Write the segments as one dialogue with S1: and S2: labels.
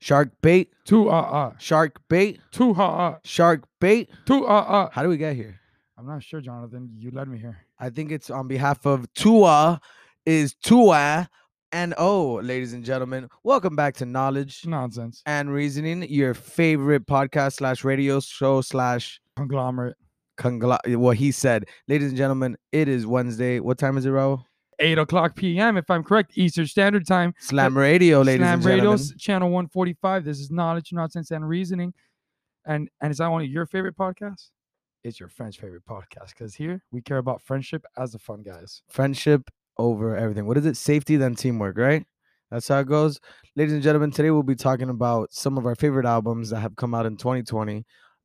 S1: Shark bait,
S2: Two ah ah.
S1: shark bait,
S2: Two ha ah.
S1: shark bait.
S2: Two ah ah.
S1: How do we get here?
S2: I'm not sure, Jonathan. You led me here.
S1: I think it's on behalf of Tua is Tua and oh, ladies and gentlemen, welcome back to Knowledge
S2: Nonsense.
S1: and Reasoning, your favorite podcast slash radio show slash
S2: Conglomerate.
S1: conglomerate. What he said, ladies and gentlemen, it is Wednesday. What time is it, Raul?
S2: Eight o'clock p.m. If I'm correct, Eastern Standard Time.
S1: Slam radio, ladies
S2: Slam
S1: and gentlemen.
S2: Radios, channel 145. This is knowledge, nonsense, and reasoning. And and is that only your favorite podcast? It's your French favorite podcast because here we care about friendship as the fun guys.
S1: friendship over everything. What is it? Safety then teamwork, right? That's how it goes. Ladies and gentlemen, today we'll be talking about some of our favorite albums that have come out in 2020.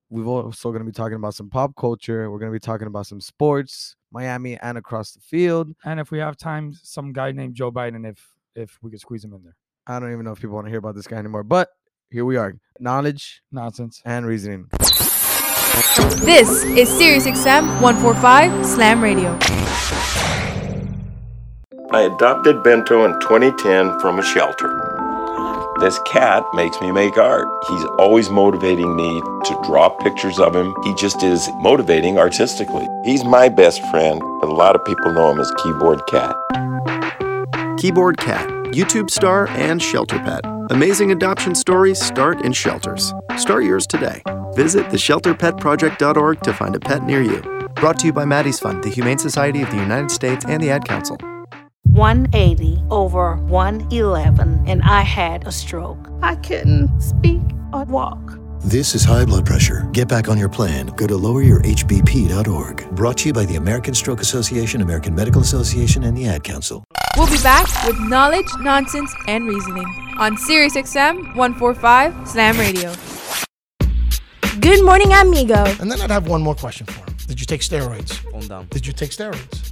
S1: We're also going to be talking about some pop culture. We're going to be talking about some sports, Miami and across the field.
S2: And if we have time, some guy named Joe Biden. If if we could squeeze him in there,
S1: I don't even know if people want to hear about this guy anymore, but here we are. Knowledge
S2: nonsense.
S1: and reasoning.
S3: This is Sirius XM 145 Slam Radio.
S4: I adopted Bento in 2010 from a shelter. This cat makes me make art. He's always motivating me to draw pictures of him. He just is motivating artistically. He's my best friend, but a lot of people know him as Keyboard Cat.
S5: Keyboard Cat, YouTube star, and shelter pet. Amazing adoption stories start in shelters. Start yours today. Visit theshelterpetproject.org to find a pet near you. Brought to you by Maddie's Fund, the Humane Society of the United States, and the Ad Council.
S6: 180 over 111 and I had a stroke. I couldn't speak or walk.
S7: This is high blood pressure. Get back on your plan. Go to loweryourhbp.org. Brought to you by the American Stroke Association, American Medical Association, and the Ad Council.
S3: We'll be back with knowledge, nonsense, and reasoning on Sirius XM 145 Slam Radio.
S6: Good morning, amigo.
S8: And then I'd have one more question for him. Did you take steroids? Did you take steroids?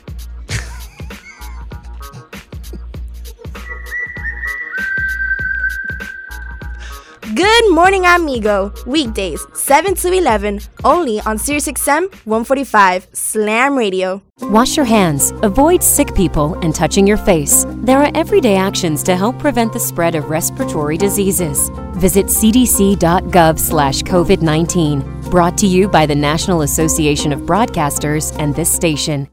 S6: Good morning, amigo. Weekdays, 7 to 11, only on Sirius XM 145 Slam Radio.
S9: Wash your hands, avoid sick people, and touching your face. There are everyday actions to help prevent the spread of respiratory diseases. Visit cdc.gov slash COVID-19. Brought to you by the National Association of Broadcasters and this station.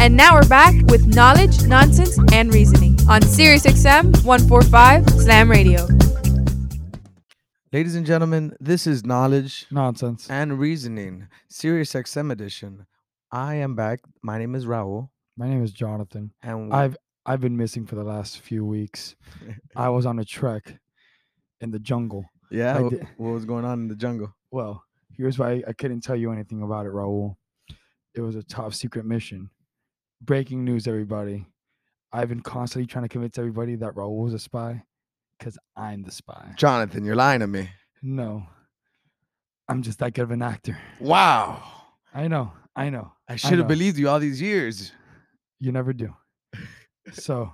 S3: And now we're back with knowledge, nonsense, and reasoning on Sirius XM 145 Slam Radio.
S1: Ladies and gentlemen, this is Knowledge
S2: Nonsense.
S1: and Reasoning, Sirius XM edition. I am back. My name is Raul.
S2: My name is Jonathan.
S1: And
S2: I've I've been missing for the last few weeks. I was on a trek in the jungle.
S1: yeah,
S2: I
S1: wh-
S2: did-
S1: what was going on in the jungle?
S2: Well, here's why I couldn't tell you anything about it, Raul. It was a top secret mission. Breaking news, everybody. I've been constantly trying to convince everybody that Raul was a spy because I'm the spy.
S1: Jonathan, you're lying to me.
S2: No, I'm just that good of an actor.
S1: Wow.
S2: I know, I know.
S1: I should have
S2: know.
S1: believed you all these years.
S2: You never do. so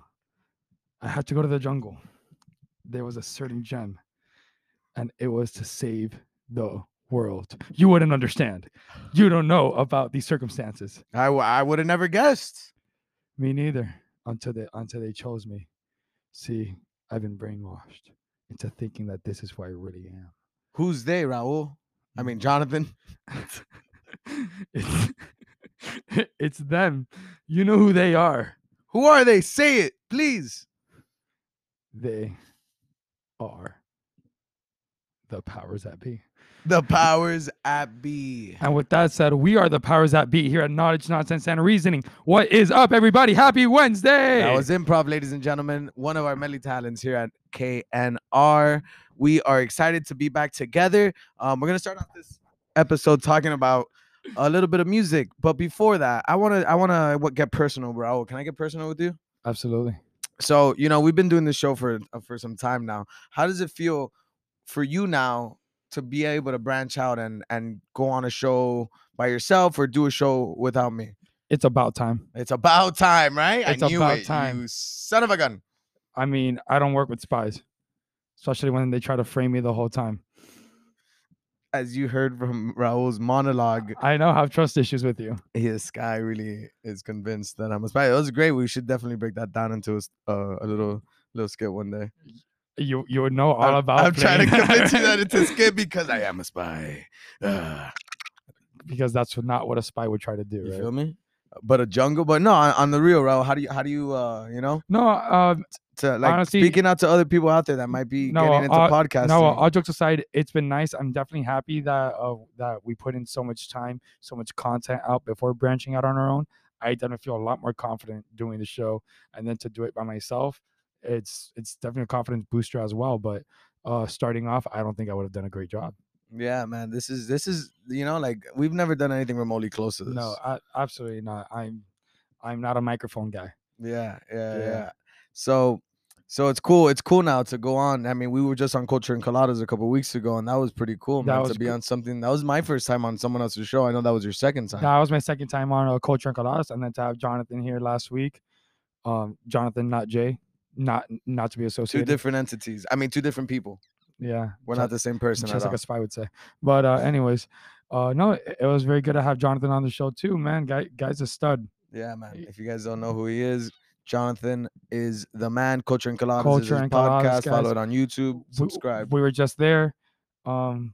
S2: I had to go to the jungle. There was a certain gem, and it was to save the world. You wouldn't understand. You don't know about these circumstances.
S1: I, w- I would have never guessed.
S2: Me neither. Until they until they chose me. See, I've been brainwashed into thinking that this is who I really am.
S1: Who's they, Raul? I mean, Jonathan.
S2: it's, it's them. You know who they are.
S1: Who are they? Say it, please.
S2: They are the powers that be.
S1: The powers at B.
S2: And with that said, we are the powers that be here at Knowledge, Nonsense, and Reasoning. What is up, everybody? Happy Wednesday!
S1: That was improv, ladies and gentlemen. One of our medley talents here at KNR. We are excited to be back together. Um, we're gonna start off this episode talking about a little bit of music, but before that, I wanna I wanna what, get personal, bro. Can I get personal with you?
S2: Absolutely.
S1: So you know we've been doing this show for uh, for some time now. How does it feel for you now to be able to branch out and and go on a show by yourself or do a show without me.
S2: It's about time.
S1: It's about time, right?
S2: It's
S1: I knew
S2: about
S1: it,
S2: time.
S1: You son of a gun.
S2: I mean, I don't work with spies, especially when they try to frame me the whole time.
S1: As you heard from Raul's monologue,
S2: I know I have trust issues with you.
S1: his guy really is convinced that I'm a spy. That was great. We should definitely break that down into a, s- uh, a little little skit one day.
S2: You you would know all
S1: I'm,
S2: about.
S1: I'm trying to
S2: playing-
S1: convince you that it's a skit because I am a spy. Ah.
S2: because that's not what a spy would try to do.
S1: You
S2: right?
S1: feel me? But a jungle, but no, on, on the real, Raul. How do you, how do you, uh, you know,
S2: No, um,
S1: to like
S2: Honestly-
S1: speaking out to other people out there that might be
S2: No,
S1: getting into
S2: uh,
S1: podcasting?
S2: no. All jokes aside, it's been nice. I'm definitely happy that uh, that we put in so much time, so much content out before branching out on our own. I definitely feel a lot more confident doing the show, and then to do it by myself, it's it's definitely a confidence booster as well. But uh, starting off, I don't think I would have done a great job.
S1: yeah, man, this is this is you know like we've never done anything remotely close to this.
S2: No, I, absolutely not. I'm I'm not a microphone guy.
S1: Yeah, yeah, yeah,
S2: Yeah.
S1: So, so it's cool. It's cool now to go on. I mean, we were just on Culture and Coladas a couple weeks ago, and that was pretty cool,
S2: That
S1: man. To
S2: was
S1: be
S2: cool.
S1: on something that was my first time on someone else's show. I know that was your second time.
S2: That was my second time on uh, Culture and Coladas, and then to have Jonathan here last week. Um, Jonathan, not Jay, not not to be
S1: two
S2: associated.
S1: different entities. I mean, two different people.
S2: Yeah,
S1: We're
S2: Jon-
S1: not the same person.
S2: just
S1: at
S2: like
S1: all.
S2: a spy would say. But uh, anyways, uh, no, it, it was very good to have Jonathan on the show too, man. Guy, guy's a stud.
S1: Yeah, man.
S2: Y-
S1: If you guys don't know who he is, Jonathan is the man. Culture and Coladas is
S2: Culture
S1: his
S2: and Coladas,
S1: podcast. Follow
S2: guys.
S1: it on YouTube.
S2: W-
S1: Subscribe.
S2: We, were just there. Um,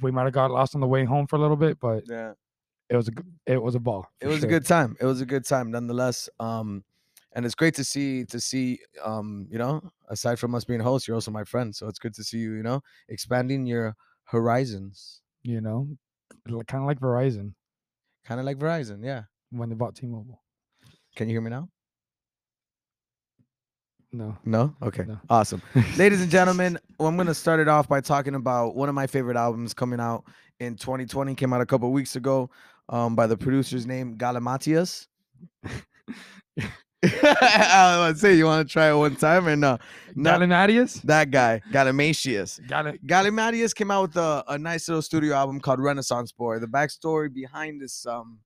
S2: we might have got lost on the way home for a little bit, but
S1: yeah,
S2: it was a g- it was a ball.
S1: it
S2: for
S1: was
S2: sure.
S1: a good time. It was a good time, nonetheless. Um, and it's great to see to see um, you know, aside from us being hosts, you're also my friend. So it's good to see you. You know, expanding your horizons,
S2: You know, kind of like Verizon
S1: kind of like Verizon. Yeah.
S2: when they bought T-Mobile.
S1: Can you hear me now?
S2: No.
S1: No. Okay.
S2: No.
S1: Awesome. Ladies and gentlemen, well, I'm going to start it off by talking about one of my favorite albums coming out in 2020. Came out a couple weeks ago um, by the producer's name, Galimatias. I was about to say, you want to try it one time or no? Not
S2: Galimatias?
S1: that guy, Galimatias.
S2: Got it.
S1: Galimatias came out with a, a nice little studio album called Renaissance Boy. The backstory behind this um,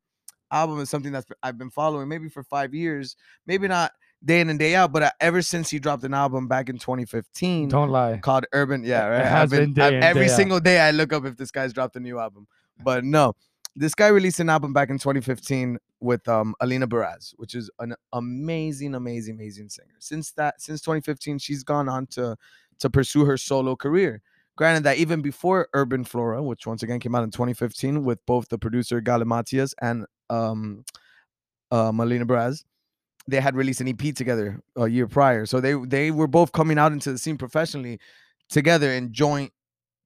S1: album is something that's I've been following maybe for five years, maybe not day in and day out, but uh, ever since he dropped an album back in 2015
S2: Don't lie.
S1: called Urban. Yeah,
S2: It
S1: right. I've
S2: has been day
S1: I've-
S2: in,
S1: every
S2: day out.
S1: single day I look up if this guy's dropped a new album, but no, this guy released an album back in 2015 with um, Alina Baraz, which is an amazing, amazing, amazing singer. Since that, since 2015, she's gone on to to pursue her solo career. Granted that even before Urban Flora, which once again came out in 2015 with both the producer Galimatias and um, uh, Malina Braz, they had released an EP together a year prior. So they they were both coming out into the scene professionally together in joint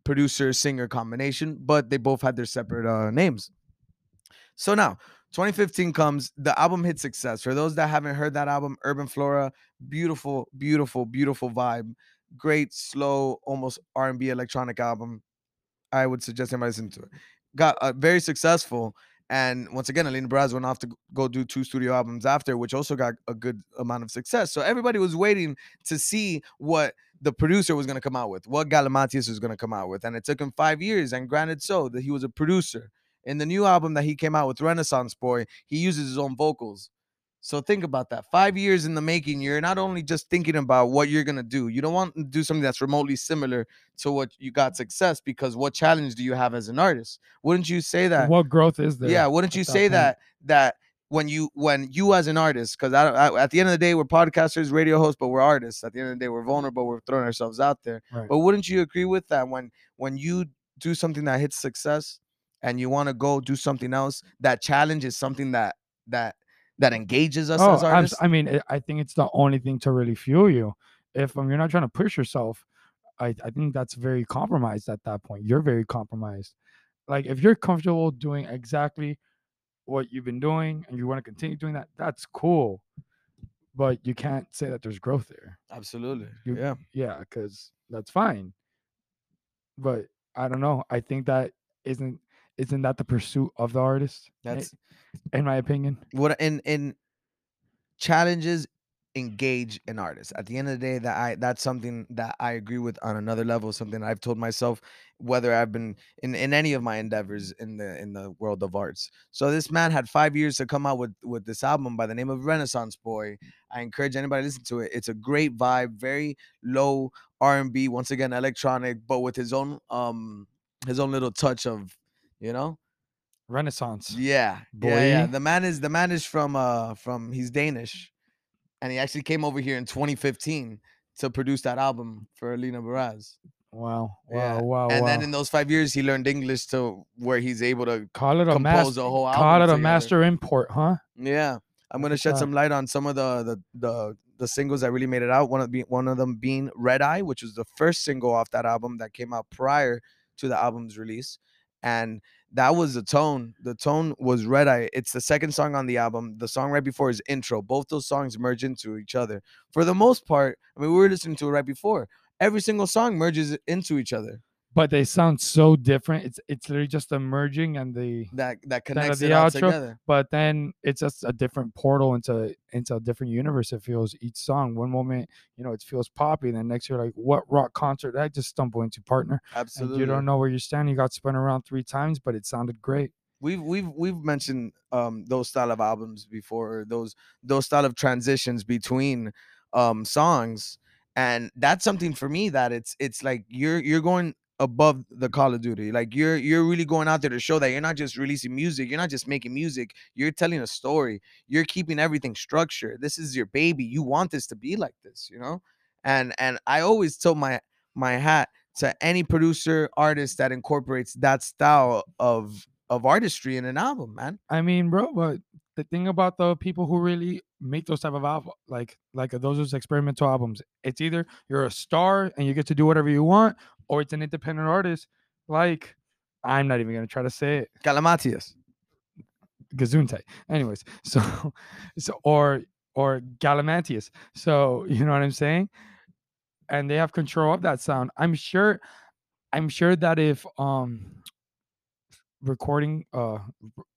S1: producer singer combination, but they both had their separate uh, names. So now 2015 comes, the album hit success. For those that haven't heard that album, Urban Flora, beautiful, beautiful, beautiful vibe, great slow, almost R&B electronic album. I would suggest anybody listen to it. Got uh, very successful. And once again, Alina Baraz went off to g- go do two studio albums after, which also got a good amount of success. So everybody was waiting to see what the producer was going to come out with, what Galimatias was going to come out with. And it took him five years. And granted, so that he was a producer. In the new album that he came out with, Renaissance Boy, he uses his own vocals. So think about that. Five years in the making, you're not only just thinking about what you're going to do, you don't want to do something that's remotely similar to what you got success because what challenge do you have as an artist? Wouldn't you say that?
S2: What growth is there?
S1: Yeah, wouldn't you
S2: at that
S1: say
S2: point.
S1: that that when you when you as an artist, because I, I at the end of the day we're podcasters, radio hosts, but we're artists. At the end of the day we're vulnerable. We're throwing ourselves out there.
S2: Right.
S1: But wouldn't you agree with that when when you do something that hits success and you want to go do something else, that challenge is something that that that engages us as
S2: Oh, abs-
S1: artists.
S2: I mean, it, I think it's the only thing to really fuel you. If um, you're not trying to push yourself, I, I think that's very compromised at that point. You're very compromised. Like if you're comfortable doing exactly what you've been doing and you want to continue doing that, that's cool. But you can't say that there's growth there.
S1: Absolutely.
S2: You-
S1: yeah.
S2: Yeah, because that's fine. But I don't know. I think that isn't isn't that the pursuit of the artist? eh,
S1: That's-
S2: in my opinion.
S1: What and and challenges engage an artist. At the end of the day, that I that's something that I agree with on another level. Something I've told myself whether I've been in, in any of my endeavors in the in the world of arts. So this man had five years to come out with with this album by the name of Renaissance Boy. I encourage anybody to listen to it. It's a great vibe, very low R and B. Once again, electronic, but with his own um his own little touch of you know
S2: Renaissance.
S1: yeah yeah yeah
S2: Boy.
S1: the man is the man is from uh from he's danish and he actually came over here in 2015 to produce that album for Alina Baraz.
S2: Wow. Wow.
S1: Yeah.
S2: Wow.
S1: and
S2: Oh, wow.
S1: then in those five years, he learned English to where he's able to
S2: call it a
S1: compose
S2: master.
S1: a whole album.
S2: Call it a
S1: together.
S2: master import, huh?
S1: Yeah, I'm
S2: Look
S1: gonna
S2: at
S1: shed
S2: that.
S1: some light on some of the the the, the singles that really made it out. One of be one of them being Red Eye, which was the first single off that album that came out prior to the album's release, and that was the tone. The tone was Red Eye. It's the second song on the album. The song right before is Intro. Both those songs merge into each other for the most part. I mean, we were listening to it right before. Every single song merges into each other.
S2: But they sound so different. It's it's literally just the merging and the
S1: That that connects
S2: the
S1: it all
S2: outro,
S1: together.
S2: but then it's just a different portal into into a different universe. It feels each song. One moment, you know, it feels poppy, and then next you're like, what rock concert did I just stumble into, partner? And
S1: Absolutely.
S2: you don't know where you're standing. You got spun around three times, but it sounded great.
S1: we've we've we've mentioned um those style of albums before or those those style of transitions between um songs and that's something for me that it's it's like you're you're going above the call of duty like you're you're really going out there to show that you're not just releasing music you're not just making music you're telling a story you're keeping everything structured this is your baby you want this to be like this you know and and i always tilt my my hat to any producer artist that incorporates that style of of artistry in an album, man.
S2: I mean, bro, but the thing about the people who really make those type of album, like like uh, those those experimental albums, it's either you're a star and you get to do whatever you want, or it's an independent artist. Like, I'm not even gonna try to say it.
S1: Galamatias.
S2: Gazuntai. Anyways, so so or or Galamantius. So you know what I'm saying? And they have control of that sound. I'm sure I'm sure that if um recording uh r-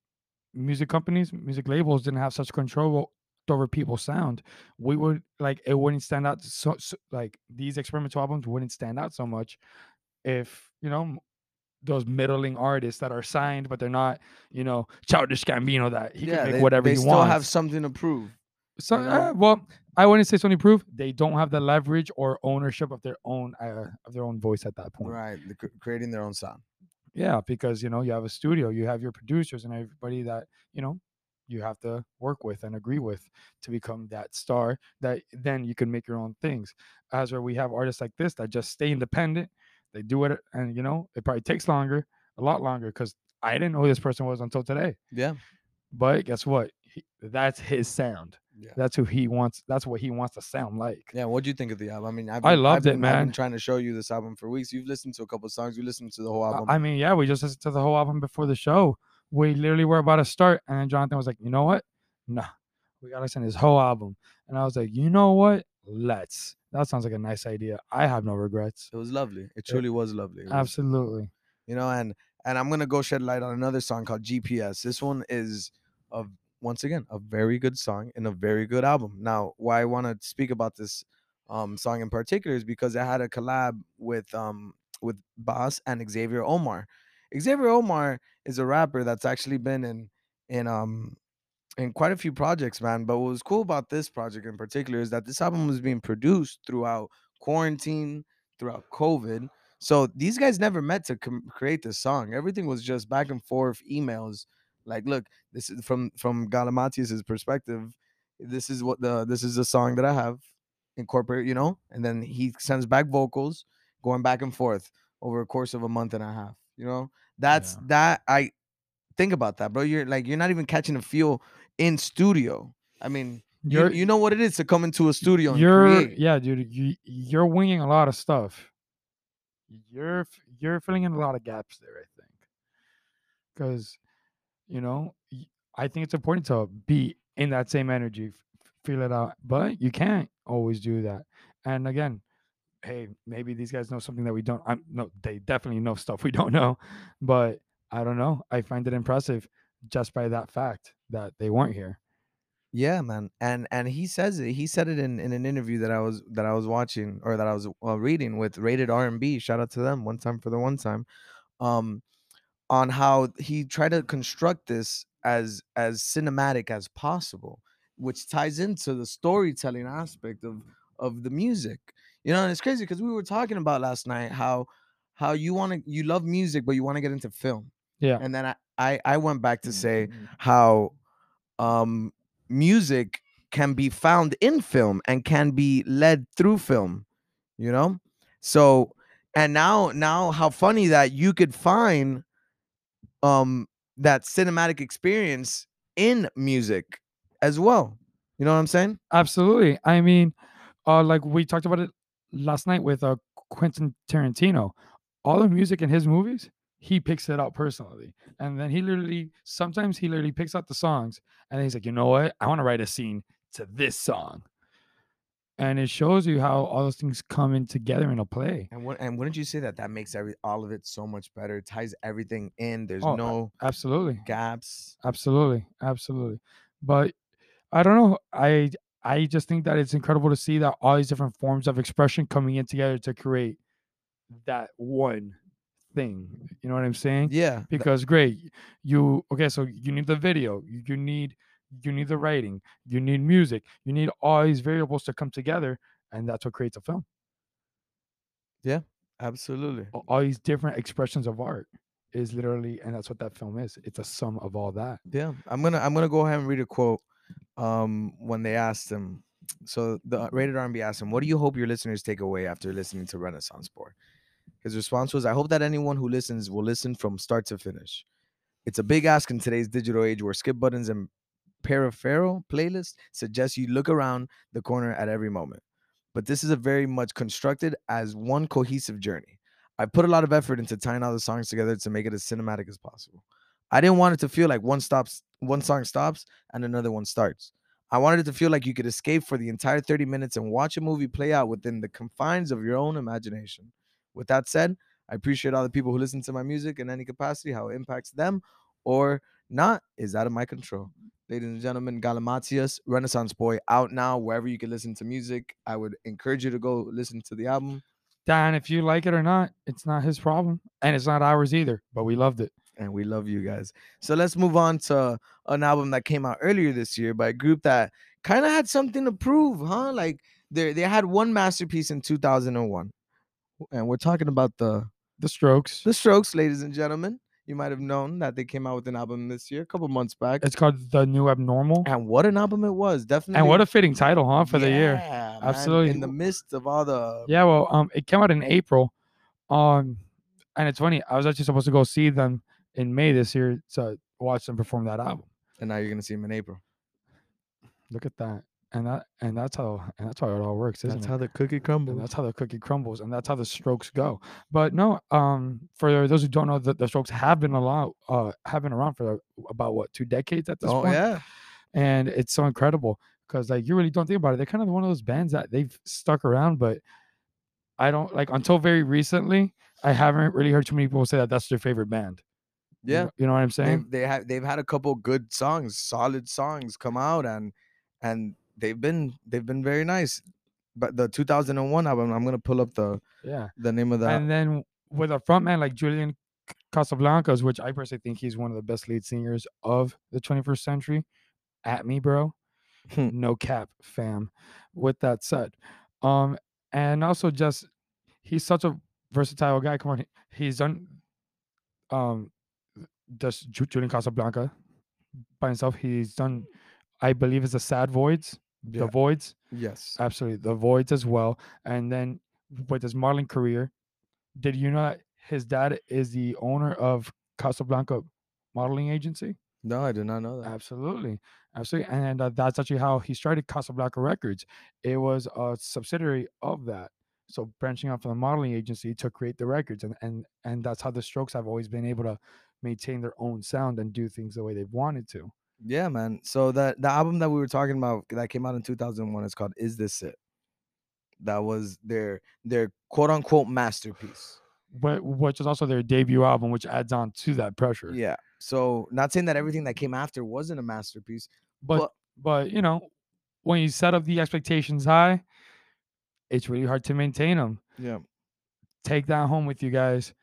S2: music companies, music labels didn't have such control over people's sound, we would like it wouldn't stand out so, so like these experimental albums wouldn't stand out so much if you know m- those middling artists that are signed but they're not you know childish gambino that he can make
S1: they,
S2: whatever
S1: they
S2: he
S1: still
S2: wants
S1: have something to prove.
S2: so,
S1: you know?
S2: uh, well, I wouldn't say Sony proof. They don't have the leverage or ownership of their own uh, of their own voice at that point.
S1: Right, the cr- creating their own sound.
S2: Yeah, because you know you have a studio, you have your producers and everybody that you know you have to work with and agree with to become that star. That then you can make your own things. As where we have artists like this that just stay independent. They do it, and you know it probably takes longer, a lot longer, because I didn't know who this person was until today.
S1: Yeah,
S2: But guess what? He, that's his sound.
S1: Yeah.
S2: That's who he wants. That's what he wants to sound like.
S1: yeah. What do you think of the album? I mean, I've
S2: I
S1: been- I've
S2: loved it,
S1: been- I've
S2: man.
S1: been trying to show you this album for weeks. You've listened to a couple songs. You listened to the whole
S2: I-
S1: album.
S2: I mean, yeah, we just listened to the whole album before the show. We literally were about to start, and then Jonathan was like, "You know what? Nah, we gotta listen to this whole album." And I was like, "You know what? Let's." That sounds like a nice idea. I have no regrets.
S1: it was lovely. It truly was lovely. It was-
S2: Absolutely.
S1: you know and and i'm gonna go shed light on another song called gps this one is of once again a very good song and a very good album now why i want to speak about this um song in particular is because i had a collab with um with boss and xavier omar xavier omar is a rapper that's actually been in in um in quite a few projects man but what was cool about this project in particular is that this album was being produced throughout quarantine throughout covid so these guys never met to com- create this song. Everything was just back and forth emails. Like, look, this is from from Galamatius's perspective. This is what the this is the song that I have. Incorporate, you know, and then he sends back vocals, going back and forth over a course of a month and a half. You know, that's
S2: Yeah.
S1: that I think about that, bro. You're like you're not even catching a feel in studio. I mean, you
S2: You're-
S1: you know what it is to come into a studio and
S2: You're
S1: create.
S2: yeah, dude. You you're winging a lot of stuff. You're f- you're filling in a lot of gaps there. I think because you know y- I think it's important to be in that same energy, f- f- feel it out. But you can't always do that. And again, hey, maybe these guys know something that we don't. I no, they definitely know stuff we don't know. But I don't know. I find it impressive just by that fact that they weren't here.
S1: Yeah, man, and and he says it. He said it in, in an interview that I was that I was watching or that I was uh, reading with Rated R and B. Shout out to them, one time for the one time, um, on how he tried to construct this as as cinematic as possible, which ties into the storytelling aspect of of the music. You know, and it's crazy because we were talking about last night how how you want to you love music but you want to get into film,
S2: Yeah.
S1: and then I I, I went back to say how um, music can be found in film and can be led through film, you know? So, and now, now how funny that you could find um, that cinematic experience in music as well. You know what I'm saying?
S2: Absolutely. I mean, uh, like we talked about it last night with uh, Quentin Tarantino. All the music in his movies, he picks it out personally, and then he literally sometimes he literally picks out the songs, and he's like, you know what? I want to write a scene to this song, and it shows you how all those things come in together in a play.
S1: And what, and wouldn't you say that that makes every all of it so much better? It ties everything in. There's
S2: Oh, a-
S1: no
S2: Absolutely.
S1: gaps.
S2: absolutely absolutely but i don't know i i just think that it's incredible to see that all these different forms of expression coming in together to create that one thing you know what i'm saying
S1: Yeah. th-
S2: because great you okay so you need the video you you need you need the writing you need music you need all these variables to come together and that's what creates a film
S1: absolutely.
S2: A- all these different expressions of art is literally and that's what that film is it's a sum of all that
S1: Yeah, I'm gonna I'm gonna go ahead and read a quote. Um, when they asked him, so the uh, rated R&B asked him, "What do you hope your listeners take away after listening to Renaissance Boy?" His response was, "I hope that anyone who listens will listen from start to finish. It's a big ask in today's digital age where skip buttons and peripheral playlists suggest you look around the corner at every moment. But this is a very much constructed as one cohesive journey. I put a lot of effort into tying all the songs together to make it as cinematic as possible." I didn't want it to feel like one stops, one song stops and another one starts. I wanted it to feel like you could escape for the entire 30 minutes and watch a movie play out within the confines of your own imagination. With that said, I appreciate all the people who listen to my music in any capacity, how it impacts them or not is out of my control. Ladies and gentlemen, Galimatias, Renaissance Boy, out now wherever you can listen to music. I would encourage you to go listen to the album,
S2: Dan, if you like it or not, it's not his problem. And it's not ours either, but we loved it.
S1: and we love you guys. So let's move on to an album that came out earlier this year by a group that kind of had something to prove, huh? Like they they had one masterpiece in 2001. And we're talking about the
S2: The Strokes.
S1: The Strokes, ladies and gentlemen. You might have known that they came out with an album this year, a couple months back.
S2: It's called The New Abnormal.
S1: and what an album it was, definitely.
S2: And what a fitting title, huh, for the year.
S1: Yeah, man,
S2: Absolutely.
S1: In the midst of all the
S2: Yeah, well, um, it came out in April. Um, and it's funny, I was actually supposed to go see them in May this year to watch them perform that album.
S1: and now you're gonna see him in April.
S2: Look at that. And that and that's how and that's how it all works, isn't
S1: That's
S2: it?
S1: how the cookie
S2: and
S1: crumbles.
S2: that's how the cookie crumbles and that's how the strokes go but no um for those who don't know the, the strokes have been a lot uh have been around for about what two decades at this
S1: Oh
S2: point
S1: yeah.
S2: and it's so incredible because like you really don't think about it they're kind of one of those bands that they've stuck around but i don't like until very recently i haven't really heard too many people say that that's their favorite band You
S1: Yeah.
S2: know- you know what i'm saying
S1: They've, they have they've had a couple good songs, solid songs come out, and and they've been they've been very nice. But the 2001 album, I'm gonna pull up the
S2: yeah
S1: the name of that.
S2: and then with a front man like Julian C- Casablancas, which I personally think he's one of the best lead singers of the 21st century. At me, bro.
S1: Hmm.
S2: no cap, fam. With that said, um, and also just he's such a versatile guy. Come on, he's done um just Ju- Julian Casablanca by himself. He's done, I believe, it's the Sad Voids,
S1: Yeah.
S2: the Voids.
S1: Yes,
S2: Absolutely. The Voids as well. And then with his modeling career, did you know that his dad is the owner of Casablanca Modeling Agency?
S1: no, I did not know that.
S2: Absolutely. Absolutely. And uh, that's actually how he started Casablanca Records. It was a subsidiary of that. So branching out from the modeling agency to create the records. And, and, and that's how the Strokes have always been able to maintain their own sound and do things the way they've wanted to.
S1: Yeah, man. So that the album that we were talking about that came out in 2001 is called "Is This It." That was their their quote unquote masterpiece.
S2: But, which is also their debut album, which adds on to that pressure.
S1: Yeah. So not saying that everything that came after wasn't a masterpiece,
S2: But,
S1: but
S2: But you know, when you set up the expectations high, it's really hard to maintain them.
S1: Yeah.
S2: Take that home with you guys.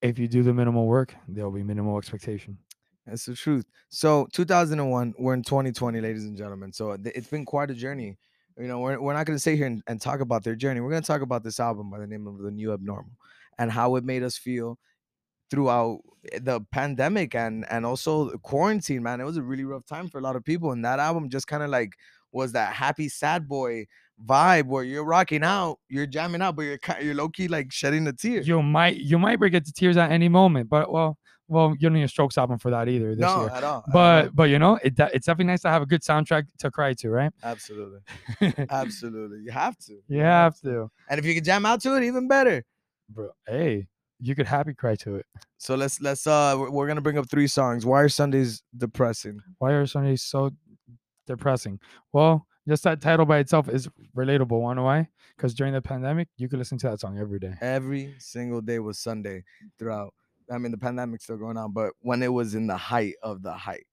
S2: If you do the minimal work, there'll be minimal expectation.
S1: That's the truth. So 2001, we're in 2020, ladies and gentlemen. So uh, th- it's been quite a journey. You know, we're, we're not going to sit here and, and talk about their journey. We're going to talk about this album by the name of The New Abnormal and how it made us feel throughout eh, the pandemic and and also the quarantine, man. It was a really rough time for a lot of people. And that album just kind of like was that happy sad boy vibe where you're rocking out, you're jamming out, but you're ki- you're low key like shedding a tear.
S2: You might you might break into tears at any moment, but well, well, you don't need a Strokes album for that either this
S1: no,
S2: year.
S1: at all. at all.
S2: But but you know, it, de- it's definitely nice to have a good soundtrack to cry to, right?
S1: absolutely, absolutely, you have to.
S2: You have to,
S1: And if you can jam out to it, even better.
S2: bro. Hey, you could happy cry to it.
S1: So let's let's uh we're, we're gonna bring up three songs. Why are Sundays depressing?
S2: Why are Sundays so depressing? Well, just that title by itself is relatable. Wanna know why? Because during the pandemic, you could listen to that song every day.
S1: Every single day was Sunday throughout. I mean, the pandemic's still going on, but when it was in the height of the height,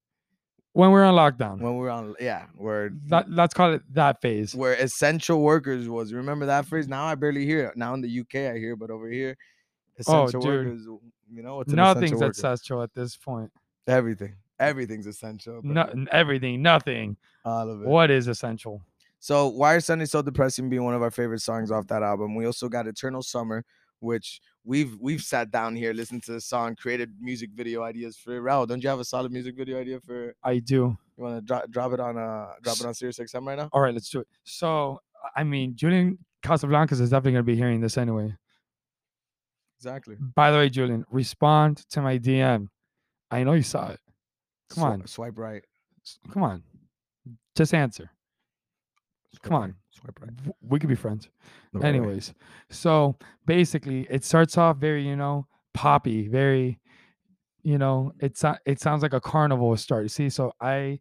S2: When we're on lockdown,
S1: when we we're on, yeah, where
S2: that, let's call it that phase.
S1: where essential workers was. Remember that phrase? Now I barely hear it. Now in the UK I hear, it, but over here, essential
S2: Oh, dude.
S1: workers. You know, it's an
S2: Nothing's
S1: essential worker.
S2: essential at this point.
S1: Everything, everything's essential. bro.
S2: No, n- everything, nothing.
S1: all of it.
S2: What is essential?
S1: So Why Are Sunday So Depressing being one of our favorite songs off that album. We also got Eternal Summer, which we've we've sat down here, listened to the song, created music video ideas for it. Raul, don't you have a solid music video idea for
S2: I do.
S1: you wanna drop drop it on uh drop it on Sirius XM right now?
S2: All right, let's do it. So, I mean, Julian Casablancas is definitely going to be hearing this anyway.
S1: Exactly.
S2: By the way, Julian, respond to my DM. I know you saw it. Come
S1: Swi-
S2: on.
S1: swipe right.
S2: S- Come on. Just answer.
S1: swipe
S2: Come
S1: right,
S2: on.
S1: Swipe right.
S2: W- We could be friends.
S1: the right way.
S2: Anyways, so basically, it starts off very, you know, poppy, very, you know, it's it sounds like a carnival start. See, so I,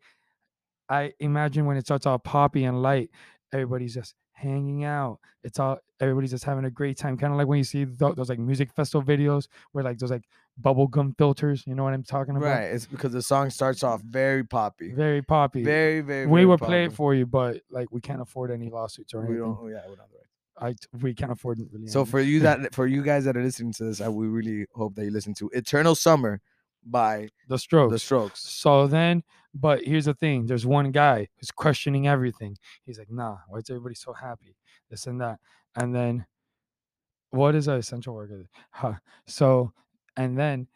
S2: I imagine when it starts off poppy and light, everybody's just hanging out. It's all everybody's just having a great time, kind of like when you see tho- those like music festival videos where like those like bubble gum filters. You know what I'm talking about?
S1: Right. It's because the song starts off very poppy.
S2: Very poppy.
S1: Very, very
S2: we
S1: very
S2: would play it
S1: poppy.
S2: for you, but like we can't afford any lawsuits or
S1: we
S2: anything.
S1: don't oh, yeah, we're not right.
S2: I t- we can't afford really.
S1: So
S2: anything.
S1: for you that for you guys that are listening to this, I we really hope that you listen to Eternal Summer by
S2: the stroke.
S1: The Strokes.
S2: So then, but here's the thing: there's one guy who's questioning everything. He's like, "Nah, why is everybody so happy? This and that." And then, what is an essential worker? Huh. So, and then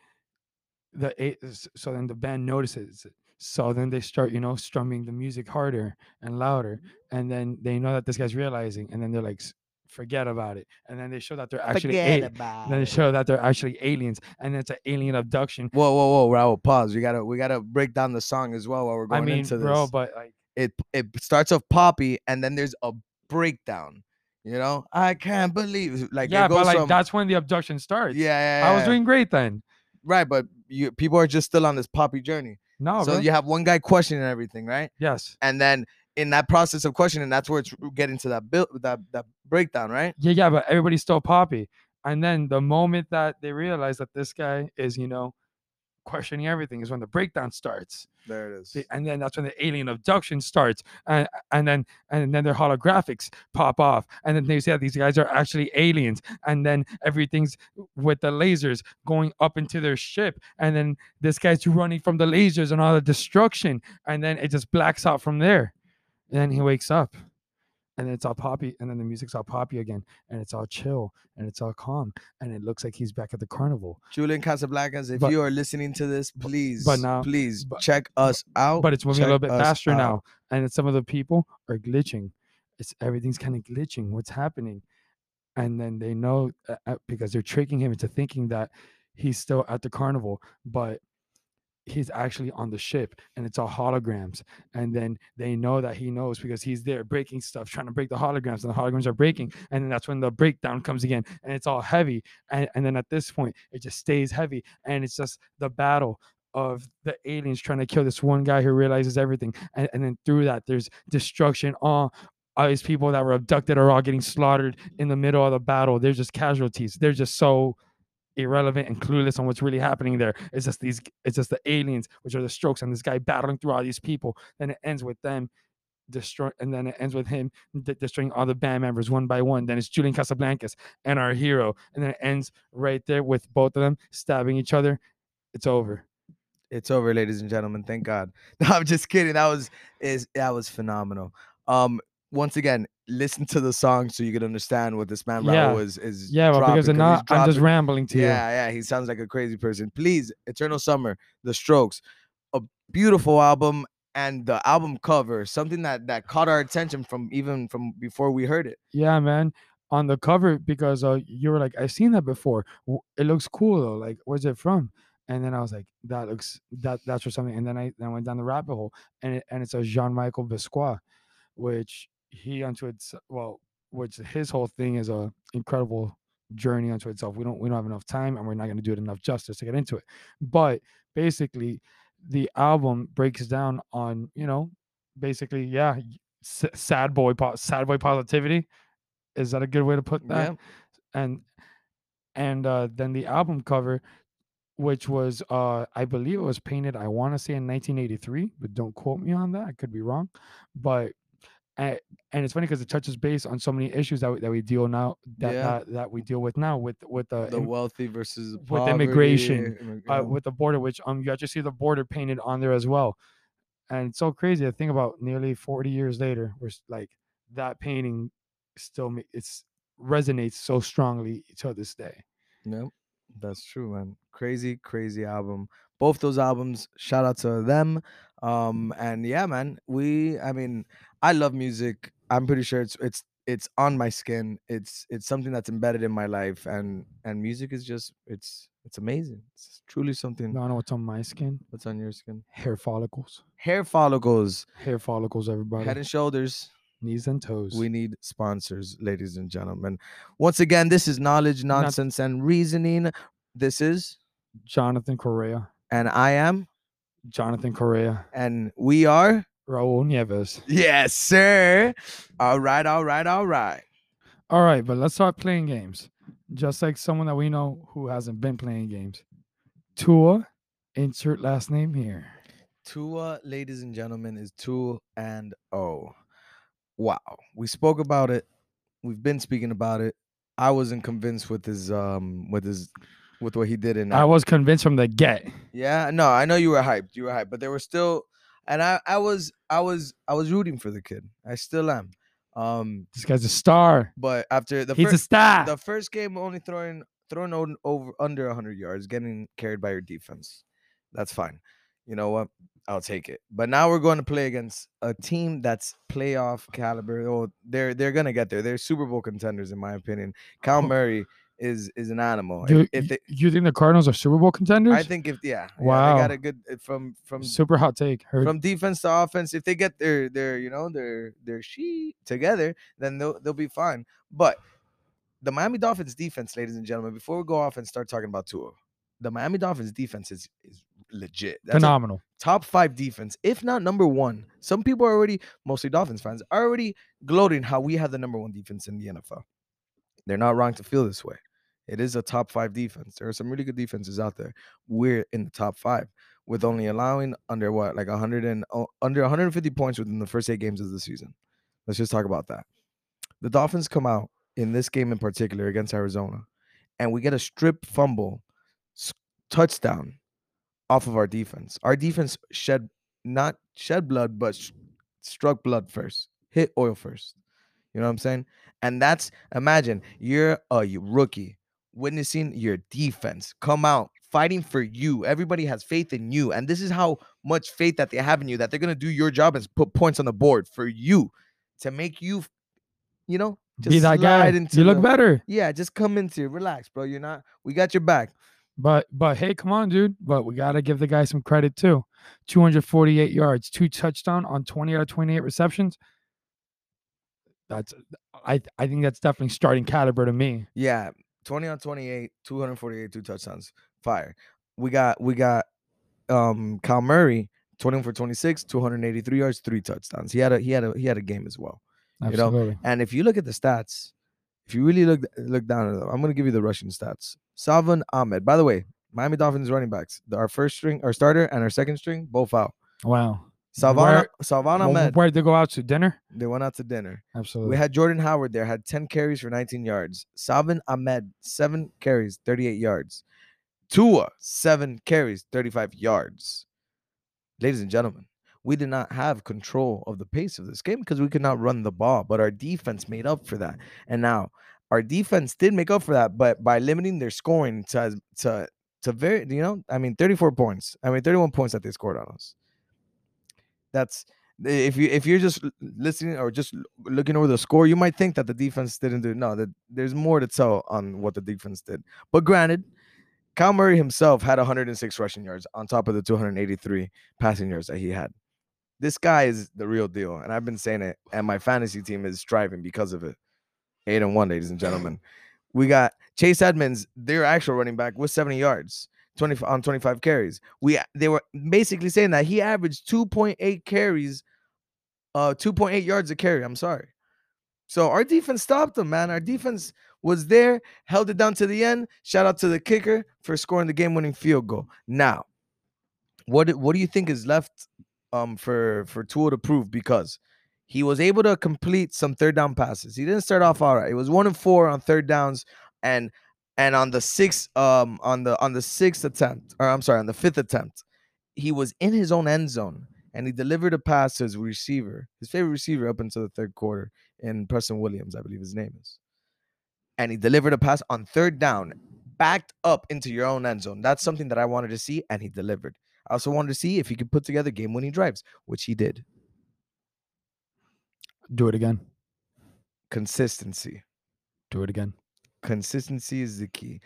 S2: the a- s- so then the band notices. it. So then they start, you know, strumming the music harder and louder,
S1: Mm-hmm.
S2: and then they know that this guy's realizing, and then they're like, "S- "Forget about it." And then they show that they're actually a-
S1: about
S2: then they show that they're actually aliens, and it's an alien abduction.
S1: Whoa, whoa, whoa, Raul, pause. We gotta we gotta break down the song as well while we're
S2: I
S1: going
S2: mean,
S1: into this.
S2: bro, but like.
S1: it it starts off poppy and then there's a breakdown. You know? I can't believe like
S2: yeah,
S1: it goes
S2: but like
S1: from,
S2: that's when the abduction starts.
S1: yeah, yeah,
S2: I was
S1: yeah,
S2: doing great then.
S1: right, but you people are just still on this poppy journey.
S2: No,
S1: so
S2: bro.
S1: you have one guy questioning everything, right?
S2: yes,
S1: And then in that process of questioning, that's where it's getting to that build that that breakdown, right?
S2: yeah, yeah, but everybody's still poppy. And then the moment that they realize that this guy is, you know, questioning everything, is when the breakdown starts.
S1: There it is.
S2: The- And then that's when the alien abduction starts, and and then and then their holographics pop off, and then they say that these guys are actually aliens, and then everything's with the lasers going up into their ship, and then this guy's running from the lasers and all the destruction, and then it just blacks out from there, and then he wakes up, and then it's all poppy, and then the music's all poppy again, and it's all chill, and it's all calm, and it looks like he's back at the carnival,
S1: Julian Casablancas, if
S2: But-
S1: you are listening to this, please,
S2: now-
S1: please
S2: but-
S1: check us out.
S2: but it's moving a little
S1: check
S2: bit
S1: us
S2: faster
S1: out.
S2: now and it's- some of the people are glitching it's everything's kind of glitching what's happening and then they know uh, uh, because they're tricking him into thinking that he's still at the carnival but he's actually on the ship and it's all holograms and then they know that he knows because he's there breaking stuff trying to break the holograms and the holograms are breaking and then that's when the breakdown comes again and it's all heavy and, and then at this point it just stays heavy and it's just the battle of the aliens trying to kill this one guy who realizes everything and, and then through that there's destruction all all these people that were abducted are all getting slaughtered in the middle of the battle there's just casualties they're just so irrelevant and clueless on what's really happening there. It's just these, it's just the aliens, which are the strokes, and this guy battling through all these people. Then it ends with them destroy, and then it ends with him de- destroying all the band members one by one. Then it's Julian Casablancas and our hero, and then it ends right there with both of them stabbing each other. It's over.
S1: It's over, ladies and gentlemen. Thank God. No, I'm just kidding. That was is that was phenomenal. Um, once again, listen to the song so you can understand what this man
S2: Yeah.
S1: Raul is is.
S2: Yeah, well,
S1: dropping, 'cause
S2: because if
S1: he's
S2: not, I'm just
S1: dropping-
S2: rambling to you.
S1: Yeah, yeah, he sounds like a crazy person. Please, Eternal Summer, The Strokes, a beautiful album, and the album cover, something that that caught our attention from even from before we heard it.
S2: Yeah, man. On the cover, because uh, you were like, I've seen that before. W- It looks cool though. Like, where's it from? And then I was like, that looks that that's for something. And then I then I went down the rabbit hole, and it, and it's a Jean Michael Biscois, which he unto its well, which his whole thing is a incredible journey unto itself. We don't we don't have enough time, and we're not going to do it enough justice to get into it. But basically, the album breaks down on you know, basically yeah, y- s- sad boy po- sad boy positivity. Is that a good way to put that?
S1: Yep.
S2: And and uh, then the album cover, which was uh, I believe it was painted I want to say in 1983, but don't quote me on that. I could be wrong, but and, and it's funny because it touches base on so many issues that we, that we deal now that,
S1: Yeah.
S2: that that we deal with now with with the,
S1: The
S2: im-
S1: wealthy versus
S2: Uh, with
S1: poverty,
S2: immigration
S1: immig-
S2: uh,
S1: yeah.
S2: with the border, which um you actually see the border painted on there as well, and it's so crazy. I think about nearly 40 years later, we're s- like that painting still ma- it's resonates so strongly to this day.
S1: Yep, that's true, man. Crazy, crazy album. Both those albums. Shout out to them. Um, and yeah, man. We, I mean, I love music. I'm pretty sure it's it's it's on my skin. It's it's something that's embedded in my life, and and music is just it's it's amazing. It's truly something.
S2: You wanna know what's on my skin?
S1: What's on your skin?
S2: Hair follicles.
S1: Hair follicles.
S2: Hair follicles, everybody.
S1: Head and shoulders.
S2: Knees and toes.
S1: We need sponsors, ladies and gentlemen. Once again, this is knowledge, nonsense, and reasoning. This is,
S2: Jonathan Correa.
S1: and I am,
S2: Jonathan Correa.
S1: and we are.
S2: Raul Nieves.
S1: Yes, sir. All right, all right, all right.
S2: All right, but let's start playing games. Just like someone that we know who hasn't been playing games. Tua, insert last name here.
S1: Tua, ladies and gentlemen, is two and oh. Wow. We spoke about it. We've been speaking about it. I wasn't convinced with his um with his with what he did in
S2: I was convinced from the get.
S1: Yeah, no, I know you were hyped. You were hyped, but there were still, and I, I was, I was, I was rooting for the kid. I still am. Um,
S2: This guy's a star.
S1: but after the
S2: He's a
S1: first,
S2: star.
S1: the first game only throwing throwing on- over under 100 yards, getting carried by your defense. That's fine. You know what? I'll take it. But now we're going to play against a team that's playoff caliber. Oh, they're they're gonna get there. They're Super Bowl contenders, in my opinion. Cal Murray is is an animal. If-
S2: Oh. Dude,
S1: if
S2: y-
S1: they,
S2: you think the Cardinals are Super Bowl contenders?
S1: I think if yeah, yeah,
S2: Wow.
S1: they got a good eh, from from
S2: Super hot take. Heard-
S1: from defense to offense, if they get their their you know their their she together, then they'll they'll be fine. But the Miami Dolphins defense, ladies and gentlemen, before we go off and start talking about Tua, the Miami Dolphins defense is is legit. That's a
S2: Phenomenal.
S1: top five defense, if not number one. Some people are already, mostly Dolphins fans, are already gloating how we have the number one defense in the NFL. They're not wrong to feel this way. It is a top five defense. There are some really good defenses out there. We're in the top five with only allowing under what, like 100 and oh, under 150 points within the first eight games of the season. Let's just talk about that. The Dolphins come out in this game in particular against Arizona, and we get a strip fumble s- touchdown off of our defense. Our defense shed not shed blood, but s- struck blood first, hit oil first. You know what I'm saying? And that's imagine you're a y- rookie witnessing your defense come out fighting for you. Everybody has faith in you, and this is how much faith that they have in you that they're gonna do your job and s- put points on the board for you to make you, f- you know,
S2: Be that guy.
S1: slide
S2: You look
S1: the-
S2: better.
S1: Yeah, just come into it. Relax, bro. You're not. We got your back.
S2: But but hey, come on, dude. But we gotta give the guy some credit too. 248 yards, two touchdown on 20 out of 28 receptions. That's I I think that's definitely starting caliber to me.
S1: Yeah, 20 on 28, 248, two touchdowns. Fire. We got we got um Kyle Murray, 20 for 26, 283 yards, three touchdowns. He had a he had a he had a game as well. You know,
S2: Absolutely.
S1: And if you look at the stats, If you really look look down at them, I'm gonna give you the Russian stats. Salvan Ahmed. By the way, Miami Dolphins running backs. the- Our first string, our starter, and our second string both out.
S2: Wow.
S1: Salvan
S2: Where-
S1: Salvan
S2: well,
S1: Ahmed.
S2: Where'd they go out to? Dinner?
S1: They went out to dinner.
S2: Absolutely.
S1: We had Jordan Howard there, had 10 carries for 19 yards. Salvin Ahmed, seven carries, 38 yards. Tua, seven carries, 35 yards. Ladies and gentlemen, we did not have control of the pace of this game because we could not run the ball, but our defense made up for that. And now our defense did make up for that, but by limiting their scoring to as- to to very you know, I mean 34 points. I mean 31 points that they scored on us. That's if you if you're just l- listening or just l- looking over the score, you might think that the defense didn't do no. That there's more to tell on what the defense did. But granted, Kyle Murray himself had 106 rushing yards on top of the 283 passing yards that he had. This guy is the real deal, and I've been saying it. And my fantasy team is striving because of it. Eight and one, ladies and gentlemen. We got Chase Edmonds, their actual running back, with 70 yards. 20 on 25 carries. We they were basically saying that he averaged 2.8 carries uh 2.8 yards a carry. I'm sorry. So our defense stopped them, man. Our defense was there, held it down to the end. Shout out to the kicker for scoring the game-winning field goal. Now, what do- what do you think is left um for for Tua to prove? Because he was able to complete some third down passes. He didn't start off all right. It was one and four on third downs, and and on the sixth um on the on the sixth attempt, or I'm sorry, on the fifth attempt, he was in his own end zone and he delivered a pass to his receiver, his favorite receiver up until the third quarter in Preston Williams, I believe his name is. And he delivered a pass on third down, backed up into your own end zone. That's something that I wanted to see, and he delivered. I also wanted to see if he could put together game winning drives, which he did.
S2: Do it again.
S1: Consistency.
S2: Do it again.
S1: Consistency is the key.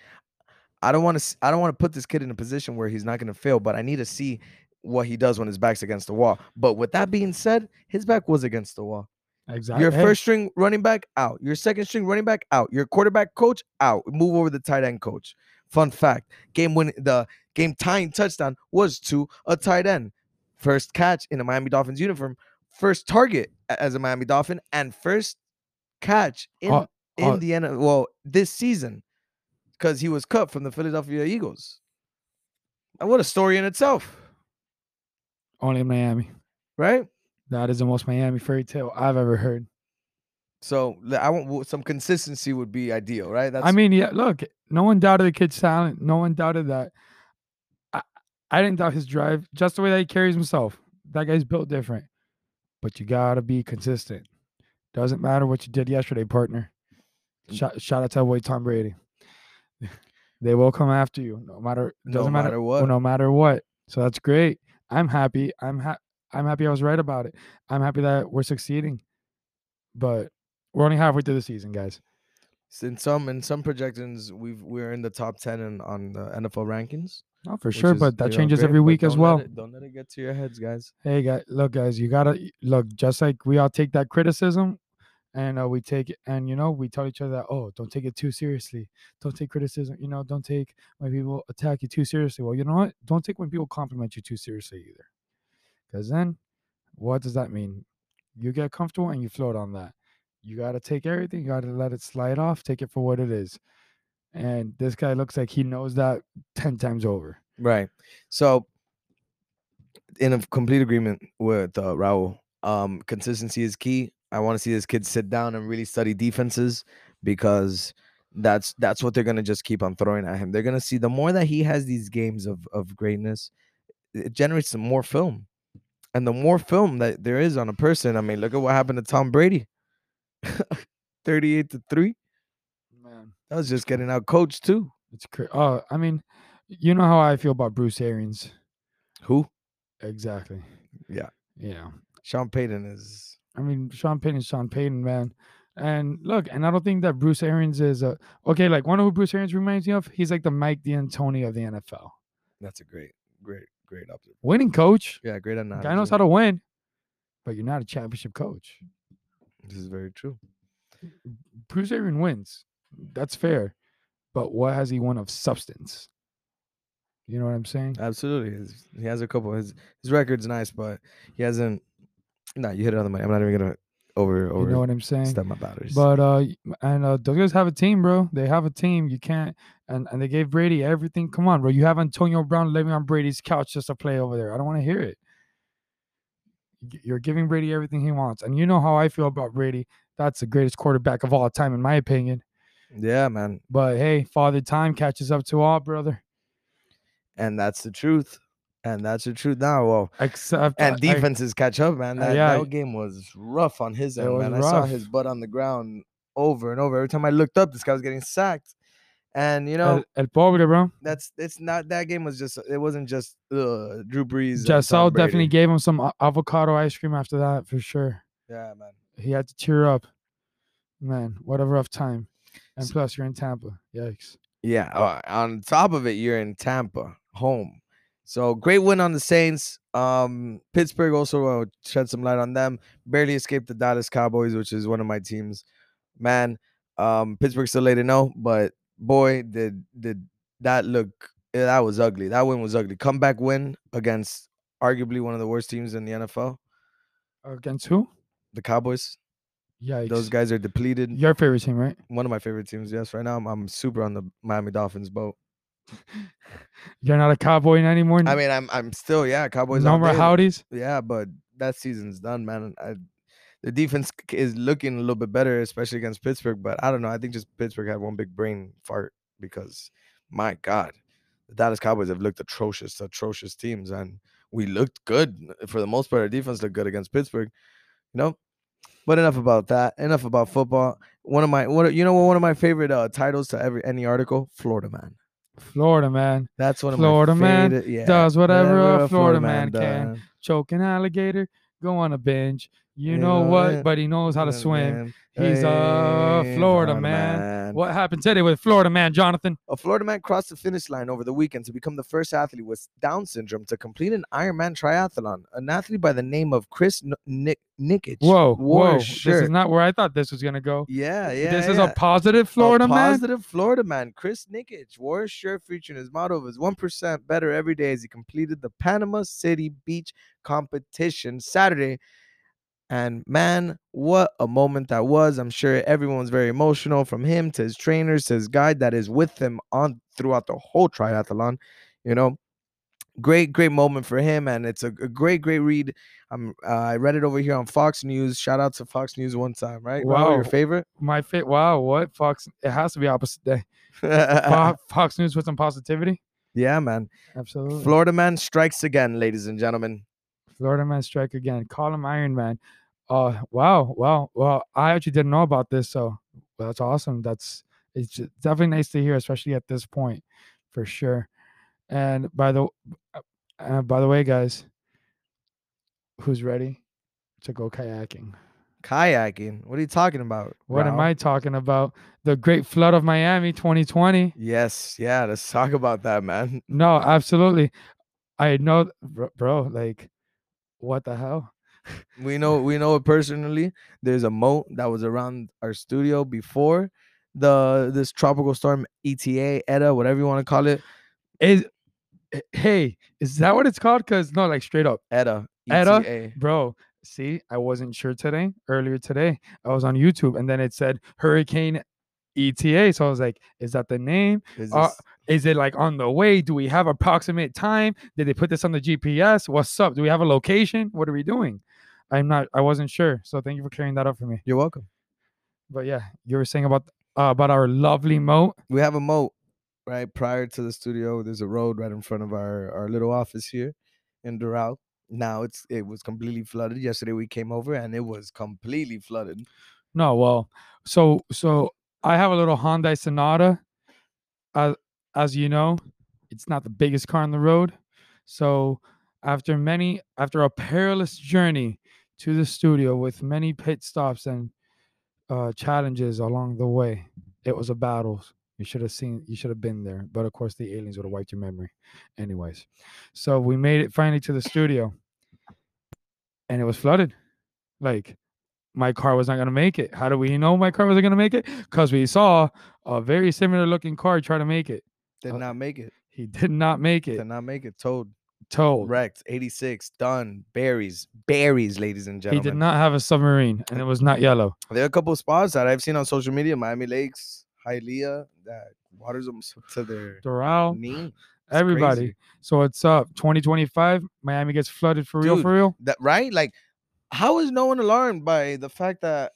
S1: I don't want to. I don't want to put this kid in a position where he's not going to fail. But I need to see what he does when his back's against the wall. But with that being said, his back was against the wall.
S2: Exactly.
S1: Your first string running back out. Your second string running back out. Your quarterback coach out. Move over the tight end coach. Fun fact: game win the game tying touchdown was to a tight end. First catch in a Miami Dolphins uniform. First target a- as a Miami Dolphin and first catch in
S2: Oh,
S1: in
S2: oh.
S1: the NFL. Well, this season because he was cut from the Philadelphia Eagles. And what a story in itself,
S2: Only in Miami.
S1: right?
S2: That is the most Miami fairy tale I've ever heard.
S1: So l- I want w- some consistency would be ideal, right? That's
S2: I mean, yeah, look, no one doubted the kid's talent. No one doubted that. I, I didn't doubt his drive, just the way that he carries himself. That guy's built different. But you got to be consistent. Doesn't matter what you did yesterday, partner.
S1: Mm.
S2: Shout, shout out to our boy Tom Brady. they will come after you, no matter.
S1: No
S2: Doesn't
S1: matter
S2: matter
S1: what.
S2: No matter what. So that's great. I'm happy. I'm ha- I'm happy. I was right about it. I'm happy that we're succeeding. But we're only halfway through the season, guys.
S1: s- in some in some projections we've we're in the top ten in, on the NFL rankings
S2: No, Oh, for
S1: which
S2: sure.
S1: is,
S2: But
S1: you
S2: that
S1: know,
S2: changes
S1: great,
S2: every
S1: but
S2: week as
S1: don't let
S2: well.
S1: it- don't let it get to your heads, guys.
S2: Hey, guys, look, guys, you gotta y- look. Just like we all take that criticism, and uh, we take it, and you know, we tell each other that, oh, don't take it too seriously. Don't take criticism. You know, don't take when people attack you too seriously. Well, you know what? Don't take when people compliment you too seriously either, because then, what does that mean? You get comfortable and you float on that. You gotta take everything. You gotta let it slide off. Take it for what it is. And this guy looks like he knows that ten times over.
S1: Right. So, in a complete agreement with uh, Raul, um, consistency is key. I want to see this kid sit down and really study defenses because that's that's what they're gonna just keep on throwing at him. They're gonna see the more that he has these games of of greatness, it generates some more film, and the more film that there is on a person. I mean, look at what happened to Tom Brady, thirty-eight to three.
S2: Man.
S1: That was just getting out coached too.
S2: It's crazy. Oh, I mean, you know how I feel about Bruce Arians.
S1: Who?
S2: Exactly.
S1: Yeah.
S2: Yeah.
S1: Sean Payton is
S2: I mean, Sean Payton, is Sean Payton, man. And look, and I don't think that Bruce Arians is a okay. Like one of who Bruce Arians reminds me of, he's like the Mike D'Antoni of the NFL,
S1: That's a great, great, great observation.
S2: winning coach.
S1: Yeah, great analogy.
S2: Guy knows how to win, but you're not a championship coach.
S1: This is very true.
S2: Bruce Arians wins, that's fair, but what has he won of substance? You know what I'm saying?
S1: Absolutely, His- he has a couple. His his record's nice, but he hasn't. No, you hit it on the money. I'm not even gonna
S10: over over.
S2: you know what I'm saying?
S10: Step my boundaries.
S2: But uh, y- and uh, those guys have a team, bro. They have a team. You can't and and they gave Brady everything. Come on, bro. You have Antonio Brown living on Brady's couch just to play over there. I don't want to hear it. Y- You're giving Brady everything he wants, and you know how I feel about Brady. That's the greatest quarterback of all time, in my opinion.
S1: Yeah, man.
S2: But hey, Father Time catches up to all, brother.
S1: And that's the truth. And that's the truth now. Well,
S2: Except
S1: and
S2: I- I-
S1: defenses catch up, man.
S2: Uh,
S1: That,
S2: yeah.
S1: that game was rough on his
S2: It
S1: end, man.
S2: was
S1: I saw
S2: rough.
S1: his butt on the ground over and over. Every time I looked up, this guy was getting sacked. And you know,
S2: El, el pobre, bro.
S1: that's it's not that game was just it wasn't just uh, Drew Brees. and
S2: Jessel
S1: Tom Brady.
S2: definitely gave him some a- avocado ice cream after that for sure.
S1: Yeah, man.
S2: He had to cheer up. Man, what a rough time. And plus, you're in Tampa. Yikes.
S1: Yeah. uh, on top of it, you're in Tampa, home. So great win on the Saints. Um, Pittsburgh also uh, shed some light on them. Barely escaped the Dallas Cowboys, which is one of my teams. Man, um, Pittsburgh still late to know, but boy, did did that look eh, that was ugly. That win was ugly. Comeback win against arguably one of the worst teams in the NFL,
S2: Against who?
S1: the Cowboys.
S2: Yikes.
S1: Those guys are depleted.
S2: Your favorite team, right?
S1: One of my favorite teams. Yes, right now I'm, I'm super on the Miami Dolphins boat.
S2: You're not a cowboy anymore.
S1: I mean, I'm I'm still yeah, Cowboys.
S2: Mm. no
S1: all
S2: more
S1: day.
S2: howdies.
S1: Yeah, but that season's done, man. I, the defense c- is looking a little bit better, especially against Pittsburgh. But I don't know. I think just Pittsburgh had one big brain fart because, my God, the Dallas Cowboys have looked atrocious, atrocious teams, and we looked good for the most part. Our defense looked good against Pittsburgh, you know. But enough about that. Enough about football. One of my, what you know, what one of my favorite uh, titles to every any article, Florida man.
S2: Florida man
S1: That's one of
S2: Florida
S1: my
S2: man
S1: favorite. yeah,
S2: does whatever a Florida man can.
S1: does.
S2: choke an alligator, go on a bench. You,
S1: You
S2: know
S1: know
S2: what?
S1: it.
S2: But he knows how to
S1: Yeah,
S2: swim.
S1: man.
S2: He's a
S1: Hey,
S2: Florida man. What happened today with Florida man, Jonathan?
S1: A Florida man crossed the finish line over the weekend to become the first athlete with Down syndrome to complete an Ironman triathlon. An athlete by the name of Chris N- Nick Nikic.
S2: Whoa,
S1: wore a
S2: whoa! This
S1: shirt-
S2: is not where I thought this was gonna go.
S1: Yeah, yeah.
S2: this is
S1: yeah.
S2: a positive Florida
S1: a
S2: man.
S1: positive Florida man. Chris Nikic wore a shirt featuring his motto of his 1% better every day as he completed the Panama City Beach competition Saturday. And man, what a moment that was. I'm sure everyone's very emotional from him to his trainers to his guide that is with him on throughout the whole triathlon. You know, great, great moment for him. And it's a, a great, great read. I'm, uh, I read it over here on Fox News. Shout out to Fox News one time, right? Raul, Your
S2: Wow.
S1: favorite?
S2: My fit. Wow, what Fox? It has to be opposite day. Fo- Fox News with some positivity.
S1: Yeah, man.
S2: Absolutely.
S1: Florida man strikes again, ladies and gentlemen.
S2: Florida man strike again. Call him Iron Man. Uh, wow, wow, well, I actually didn't know about this, so that's awesome. That's it's ju- definitely nice to hear, especially at this point, for sure. And by the uh, uh, by the way, guys, who's ready to go kayaking?
S1: Kayaking. What are you talking about?
S2: What am
S1: Raul?
S2: I talking about? The Great Flood of Miami, 2020.
S1: Yes, yeah. Let's talk about that, man.
S2: No, absolutely. I know, bro. bro like, what the hell?
S1: We know we know it personally. There's a moat that was around our studio before the this tropical storm E ETA, ETA, whatever you want to call it.
S2: Is eh, hey, is that what it's called? Cause no, like straight up,
S1: ETA.
S2: ETA?
S1: ETA.
S2: bro. See, I wasn't sure today. Earlier today, I was on YouTube, and then it said Hurricane ETA. So I was like, is that the name?
S1: Is
S2: Uh,
S1: this-
S2: Is it like on the way? Do we have approximate time? Did they put this on the GPS? What's up? Do we have a location? What are we doing? I'm not. I wasn't sure. So thank you for clearing that up for me.
S1: You're welcome.
S2: But yeah, you were saying about uh, about our lovely moat.
S1: We have a moat right prior to the studio. There's a road right in front of our our little office here in Doral. Now it's it was completely flooded. Yesterday we came over and it was completely flooded.
S2: No, well, so so I have a little Hyundai Sonata. As as you know, it's not the biggest car on the road. So after many after a perilous journey to the studio with many pit stops and uh, challenges along the way, it was a battle. You should have seen. You should have been there. But of course, the aliens would have wiped your memory. Anyways, so we made it finally to the studio, and it was flooded. Like my car was not going to make it. How do we know my car wasn't going to make it? Because we saw a very similar looking car try to make it.
S1: Did
S2: Uh,
S1: not make it.
S2: He did not make it.
S1: Did not make it. Told.
S2: Told.
S1: Wrecked. 86. Done. Berries. berries, ladies and
S2: He
S1: gentlemen.
S2: did not have a submarine, and it was not yellow.
S1: There are a couple spots that I've seen on social media, Miami Lakes, Hialeah, that waters them to their
S2: Doral,
S1: knee. It's
S2: everybody.
S1: crazy.
S2: So it's up 2025. Miami gets flooded for real,
S1: Dude,
S2: for real.
S1: That right? Like, how is no one alarmed by the fact that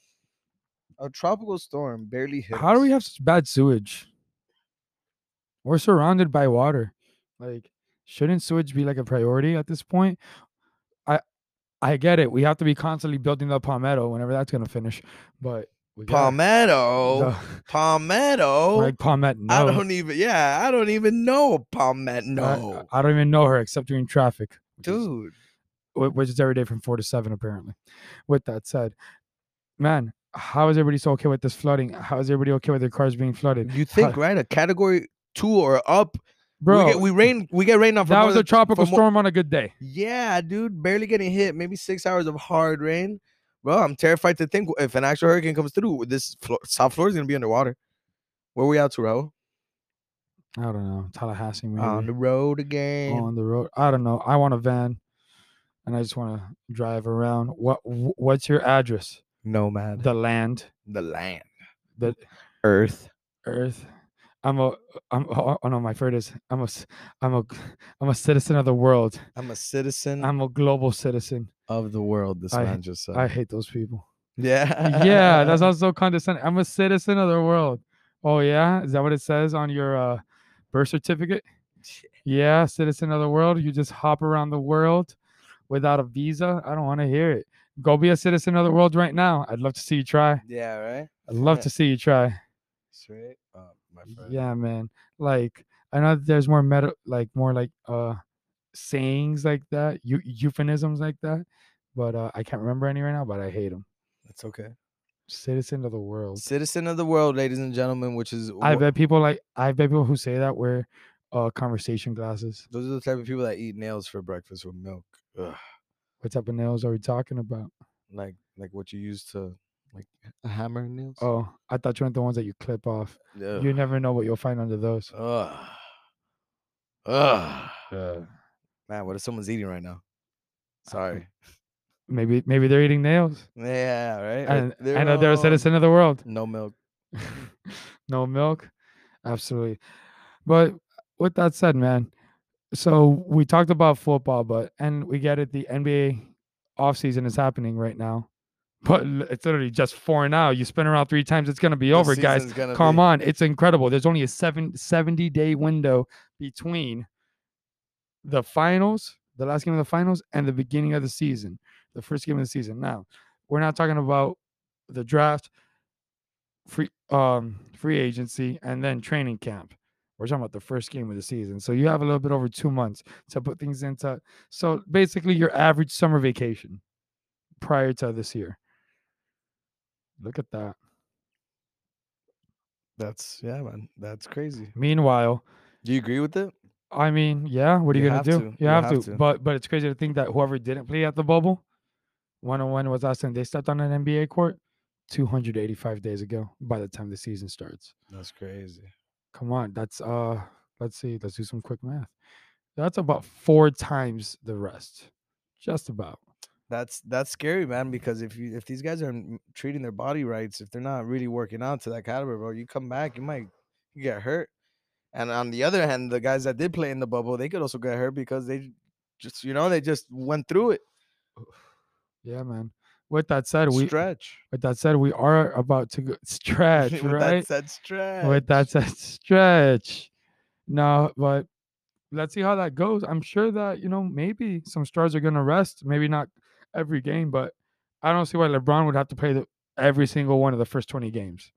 S1: a tropical storm barely hit?
S2: How do
S1: us?
S2: we have such bad sewage? We're surrounded by water. Like, shouldn't sewage be like a priority at this point? I I get it. We have to be constantly building up Palmetto whenever that's gonna finish. But we gotta-
S1: palmetto?
S2: the-
S1: Palmetto.
S2: like Palmetto.
S1: I don't even. Yeah, I don't even know Palmetto,
S2: I, don't even know her except during traffic, which is-
S1: dude.
S2: wh- which is every day from four to seven, apparently. With that said, man, how is everybody so okay with this flooding? How is everybody okay with their cars being flooded?
S1: You think right? A category two or up.
S2: Bro,
S1: we get, we rain. We get rain on. for
S2: that
S1: more
S2: was
S1: than-
S2: a tropical
S1: for more-
S2: storm on a good day.
S1: Yeah, dude, barely getting hit. Maybe six hours of hard rain. Bro, I'm terrified to think if an actual hurricane comes through, this Flo- South Florida's gonna be underwater. Where we out to, Raul?
S2: I don't know. Tallahassee, maybe.
S1: On the road again.
S2: on the road. I don't know. I want a van, and I just want to drive around. What wh- What's your address?
S1: Nomad.
S2: The land,
S1: The land.
S2: the
S1: Earth.
S2: earth. I'm a. I'm. Oh, oh, no, my favorite is I'm a. c- I'm a. c- I'm a citizen of the world.
S1: I'm a citizen
S2: I'm a global citizen.
S1: of the world, this
S2: I-
S1: man just said.
S2: I hate those people.
S1: yeah.
S2: yeah, that sounds so condescending. I'm a citizen of the world. Oh yeah, is that what it says on your uh, birth certificate? Yeah, citizen of the world. You just hop around the world without a visa. I don't want to hear it. Go be a citizen of the world right now. I'd love to see you try.
S1: Yeah, right?
S2: I'd love to see you try.
S1: Straight up, my friend.
S2: Yeah, man. Like I know that there's more meta, like more like uh sayings like that, eu- euphemisms like that, but uh, I can't remember any right now. But I hate them.
S1: That's okay.
S2: Citizen of the world.
S1: Citizen of the world, ladies and gentlemen, which is
S2: I
S1: wh-
S2: bet people like I bet people who say that wear uh conversation glasses.
S1: those are the type of people that eat nails for breakfast with milk. Ugh.
S2: What type of nails are we talking about?
S1: Like like what you use to like a hammer and nails.
S2: Oh, I thought you meant the ones that you clip off.
S1: Ugh.
S2: You never know what you'll find under those.
S1: Ugh. Ugh.
S2: Uh,
S1: Man, what if someone's eating right now? Sorry.
S2: maybe maybe they're eating nails.
S1: Yeah, right. Or
S2: And I know they're a
S1: on
S2: citizen of the world.
S1: No milk.
S2: no milk. Absolutely. But with that said, man, so we talked about football, but and we get it, the NBA offseason is happening right now. But l- it's literally just four now. You spin around three times, it's gonna be
S1: The
S2: over, guys.
S1: season's gonna
S2: Come
S1: be-
S2: on, it's incredible. There's only a seven, 70 day window between the finals, the last game of the finals, and the beginning of the season, the first game of the season. Now, we're not talking about the draft, free um free agency, and then training camp. We're talking about the first game of the season. So you have a little bit over two months to put things into. So basically, your average summer vacation prior to this year. Look at that.
S1: That's yeah, man. That's crazy.
S2: Meanwhile,
S1: Do you agree with it?
S2: I mean, yeah, what are you,
S1: You
S2: gonna
S1: have
S2: do?
S1: to,
S2: You,
S1: you
S2: have,
S1: have
S2: to.
S1: to.
S2: But but it's crazy to think that whoever didn't play at the bubble, one on one was last time they stepped on an NBA court, two hundred eighty five days ago. By the time the season starts,
S1: That's crazy.
S2: come on, that's uh, let's see, let's do some quick math. That's about four times the rest, just about.
S1: That's that's scary, man. Because if you if these guys aren't treating their body rights, if they're not really working out to that caliber, bro, you come back, you might you get hurt. And on the other hand, the guys that did play in the bubble, they could also get hurt because they just you know they just went through it.
S2: Yeah, man. With that said, we
S1: stretch.
S2: with that said we are about to go, stretch,
S1: With
S2: right?
S1: that said, stretch.
S2: With that said, stretch. No, but let's see how that goes. I'm sure that, you know, maybe some stars are going to rest. Maybe not every game, but I don't see why LeBron would have to play the, every single one of the first 20 games.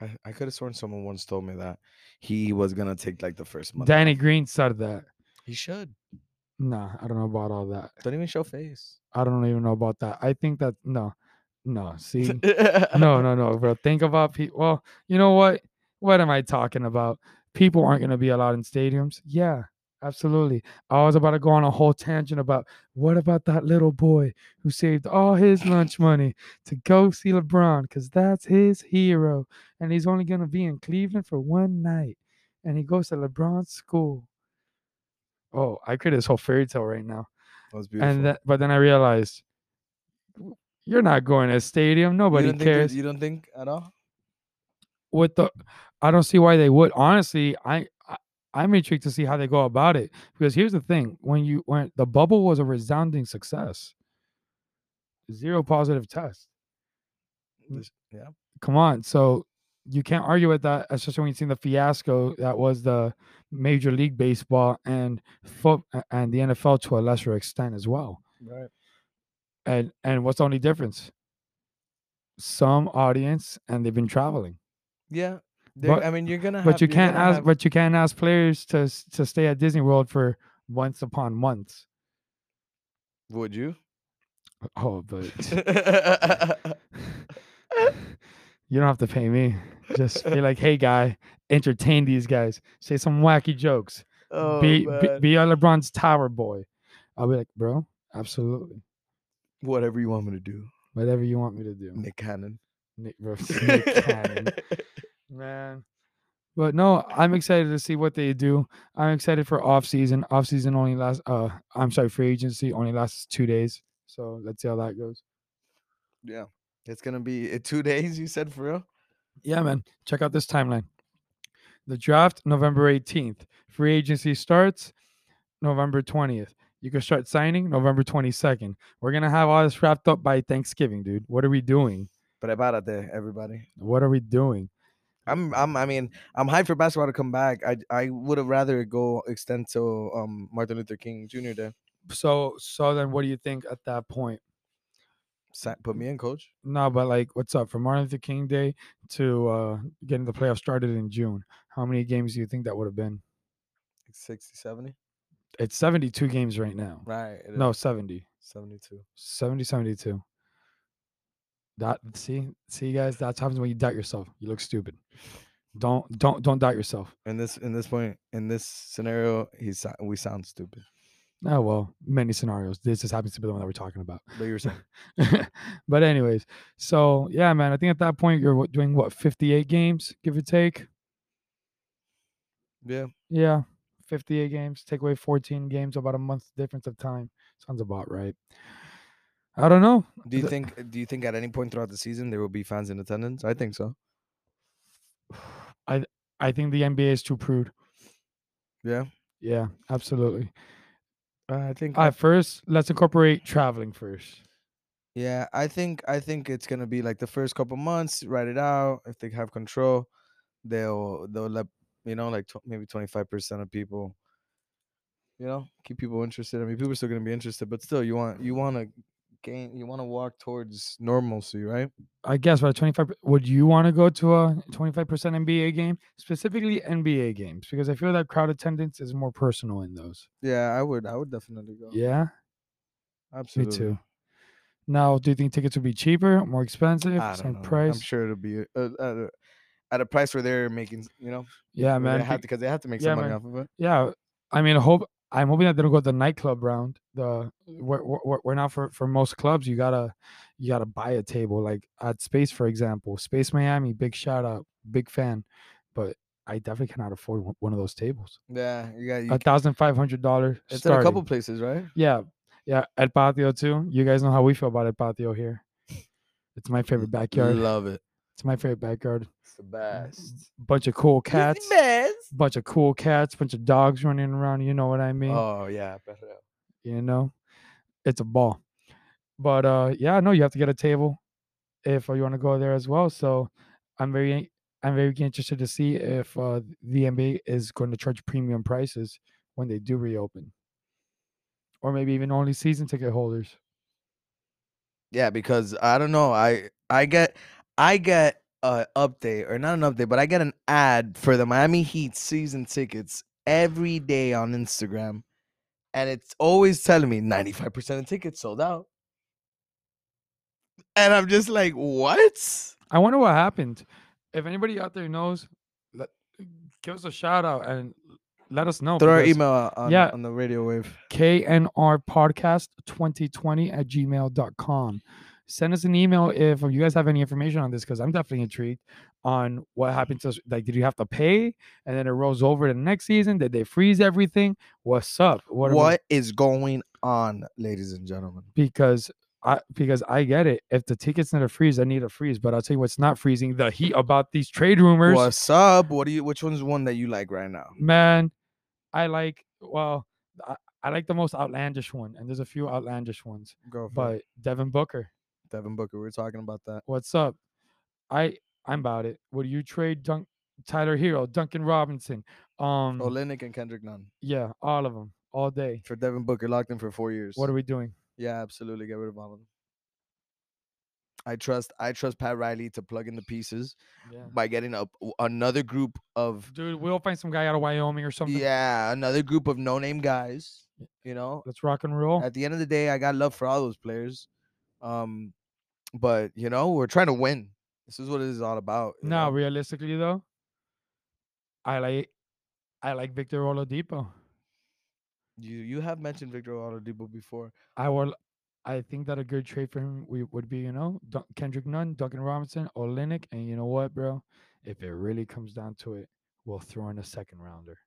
S1: I, I could have sworn someone once told me that he was gonna take like the first month.
S2: Danny
S1: off.
S2: Green said that.
S1: he should.
S2: Nah, I don't know about all that.
S1: Don't even show face.
S2: I don't even know about that. I think that, no, no, see. no, no, no, bro. Think about people. Well, you know what? What am I talking about? People aren't going to be allowed in stadiums. Yeah, absolutely. I was about to go on a whole tangent about what about that little boy who saved all his lunch money to go see LeBron because that's his hero. And he's only going to be in Cleveland for one night. And he goes to LeBron's school. Oh, I created this whole fairy tale right now.
S1: That was beautiful.
S2: And that, but then I realized "W- you're not going to a stadium. Nobody
S1: you don't think
S2: cares.
S1: there's- you don't think at all?
S2: what the I don't see why they would. Honestly, I, I I'm intrigued to see how they go about it because here's the thing: when you when the bubble was a resounding success, zero positive test.
S1: This- yeah.
S2: Come on, so you can't argue with that, especially when you've seen the fiasco that was the Major League Baseball and foot and the NFL to a lesser extent as well.
S1: Right.
S2: And and what's the only difference? Some audience and they've been traveling.
S1: Yeah. There- I mean, you're gonna. Have,
S2: But you
S1: you're
S2: can't
S1: gonna
S2: ask.
S1: have-
S2: But you can't ask players to s- to stay at Disney World for months upon months.
S1: Would you?
S2: Oh, but you don't have to pay me. Just be like, hey, guy, entertain these guys. Say some wacky jokes.
S1: oh,
S2: be, be
S1: man.
S2: be a LeBron's tower boy. I'll be like, bro, absolutely,
S1: whatever you want me to do,
S2: whatever you want me to do.
S1: Nick Cannon.
S2: Nick, bro, Nick Cannon. man. But no, I'm excited to see what they do. I'm excited for off season. Off season only lasts. Uh, I'm sorry, free agency only lasts two days. So let's see how that goes.
S1: yeah, it's gonna be uh, two days. You said for real.
S2: Yeah, man. Check out this timeline. The draft November 18th. Free agency starts November 20th. You can start signing November 22nd. We're gonna have all this wrapped up by Thanksgiving, dude. What are we doing?
S1: Prepárate, everybody.
S2: What are we doing?
S1: I'm, I'm, I mean, I'm hyped for basketball to come back. I, I would have rather go extend to um Martin Luther King Jr. Day.
S2: So, so then, what do you think at that point?
S1: Si- Put me in, coach.
S2: No, but like, what's up from Martin Luther King Day to uh, getting the playoffs started in June? How many games do you think that would have been?
S1: 60, 70.
S2: It's 72 games right now.
S1: Right. it
S2: No,
S1: is
S2: 70.
S1: 72.
S2: 70, 72. That see, see, guys, that's happens when you doubt yourself. You look stupid. Don't, don't, don't doubt yourself.
S1: In this, in this point, in this scenario, he's so- we sound stupid.
S2: Oh well, many scenarios. This just happens to be the one that we're talking about.
S1: But you were saying,
S2: but anyways, so yeah, man, I think at that point you're what, doing what 58 games, give or take.
S1: yeah,
S2: Yeah, 58 games. Take away 14 games, about a month's difference of time. Sounds about right. I don't know.
S1: Do you
S2: The-
S1: think? Do you think at any point throughout the season there will be fans in attendance? I think so.
S2: I I think the NBA is too prude.
S1: Yeah,
S2: Yeah, absolutely.
S1: I think.
S2: All right, first, let's incorporate traveling first.
S1: yeah, I think. I think it's gonna be like the first couple months. Write it out. If they have control, they'll they'll let you know like tw- maybe twenty five percent of people. You know, keep people interested. I mean, people are still gonna be interested, but still, you want you want to gain. You want to walk towards normalcy, right?
S2: I guess about 25 would you want to go to a 25% NBA game, specifically NBA games because I feel that crowd attendance is more personal in those.
S1: Yeah, I would. I would definitely go.
S2: Yeah,
S1: absolutely.
S2: me too. Now, do you think tickets would be cheaper, more expensive,
S1: I don't
S2: same
S1: know.
S2: price?
S1: I'm sure it'll be uh, at, a, at a price where they're making, s- you know,
S2: Yeah,
S1: where
S2: man.
S1: they
S2: be-
S1: have to, because they have to make
S2: yeah,
S1: some money
S2: man.
S1: off of it.
S2: Yeah, I mean, hope I'm hoping that they don't go the nightclub round. The we're, we're, we're now for for most clubs, you gotta you gotta buy a table. Like at Space, for example, Space Miami, big shout out, big fan, but I definitely cannot afford one- one of those tables.
S1: Yeah, you got. You,
S2: A
S1: ca-
S2: thousand five hundred dollars.
S1: it's at a couple places, right?
S2: Yeah, yeah. At Patio too. You guys know how we feel about El Patio here. It's my favorite backyard.
S1: Love it.
S2: It's my favorite backyard.
S1: It's the best.
S2: Bunch of cool cats.
S1: best.
S2: Bunch of cool cats. Bunch of dogs running around. You know what I mean?
S1: Oh yeah, perreo.
S2: you know it's a ball but uh yeah no you have to get a table if uh, you want to go there as well so i'm very i'm very interested to see if uh the nba is going to charge premium prices when they do reopen or maybe even only season ticket holders
S1: Yeah, because I don't know. I I get I get a update or not an update, but I get an ad for the Miami Heat season tickets every day on Instagram, and it's always telling me ninety five percent of tickets sold out, and I'm just like, what?
S2: i wonder what happened if anybody out there knows let, give us a shout out and let us know
S1: Throw our
S2: because-
S1: email out on,
S2: yeah.
S1: on the radio wave.
S2: knr podcast 2020 at gmail.com send us an email if you guys have any information on this because i'm definitely intrigued on what happened to us like did you have to pay and then it rolls over to the next season did they freeze everything what's up
S1: What
S2: what
S1: is
S2: are we-
S1: going on, ladies and gentlemen.
S2: because I because I get it. If the tickets never freeze, I need a freeze. But I'll tell you what's not freezing: the heat about these trade rumors.
S1: What's up? What do you? Which one's one that you like right now?
S2: Man, I like well, I, I like the most outlandish one, and there's a few outlandish ones.
S1: Go for
S2: But
S1: it.
S2: Devin Booker,
S1: Devin Booker. We were talking about that.
S2: what's up? I I'm about it. Would you trade Dunk Tyler Hero, Duncan Robinson?
S1: Oh,
S2: Um,
S1: Olenek and Kendrick Nunn
S2: yeah, all of them, all day.
S1: for Devin Booker, locked in for four years.
S2: What are we doing?
S1: Yeah, absolutely. Get rid of all of them. I trust. I trust Pat Riley to plug in the pieces
S2: Yeah.
S1: by getting up another group of
S2: Dude, we'll find some guy out of Wyoming or something.
S1: yeah, another group of no-name guys. You know,
S2: Let's rock and roll.
S1: at the end of the day, I got love for all those players. Um, but you know, we're trying to win. This is what it is all about. you
S2: Now,
S1: know?
S2: realistically though, I like I like Victor Oladipo.
S1: you you have mentioned Victor Oladipo before.
S2: I will. I think that a good trade for him we, would be, you know, Dun- Kendrick Nunn, Duncan Robinson, Olenek, and you know what, bro? If it really comes down to it, we'll throw in a second rounder.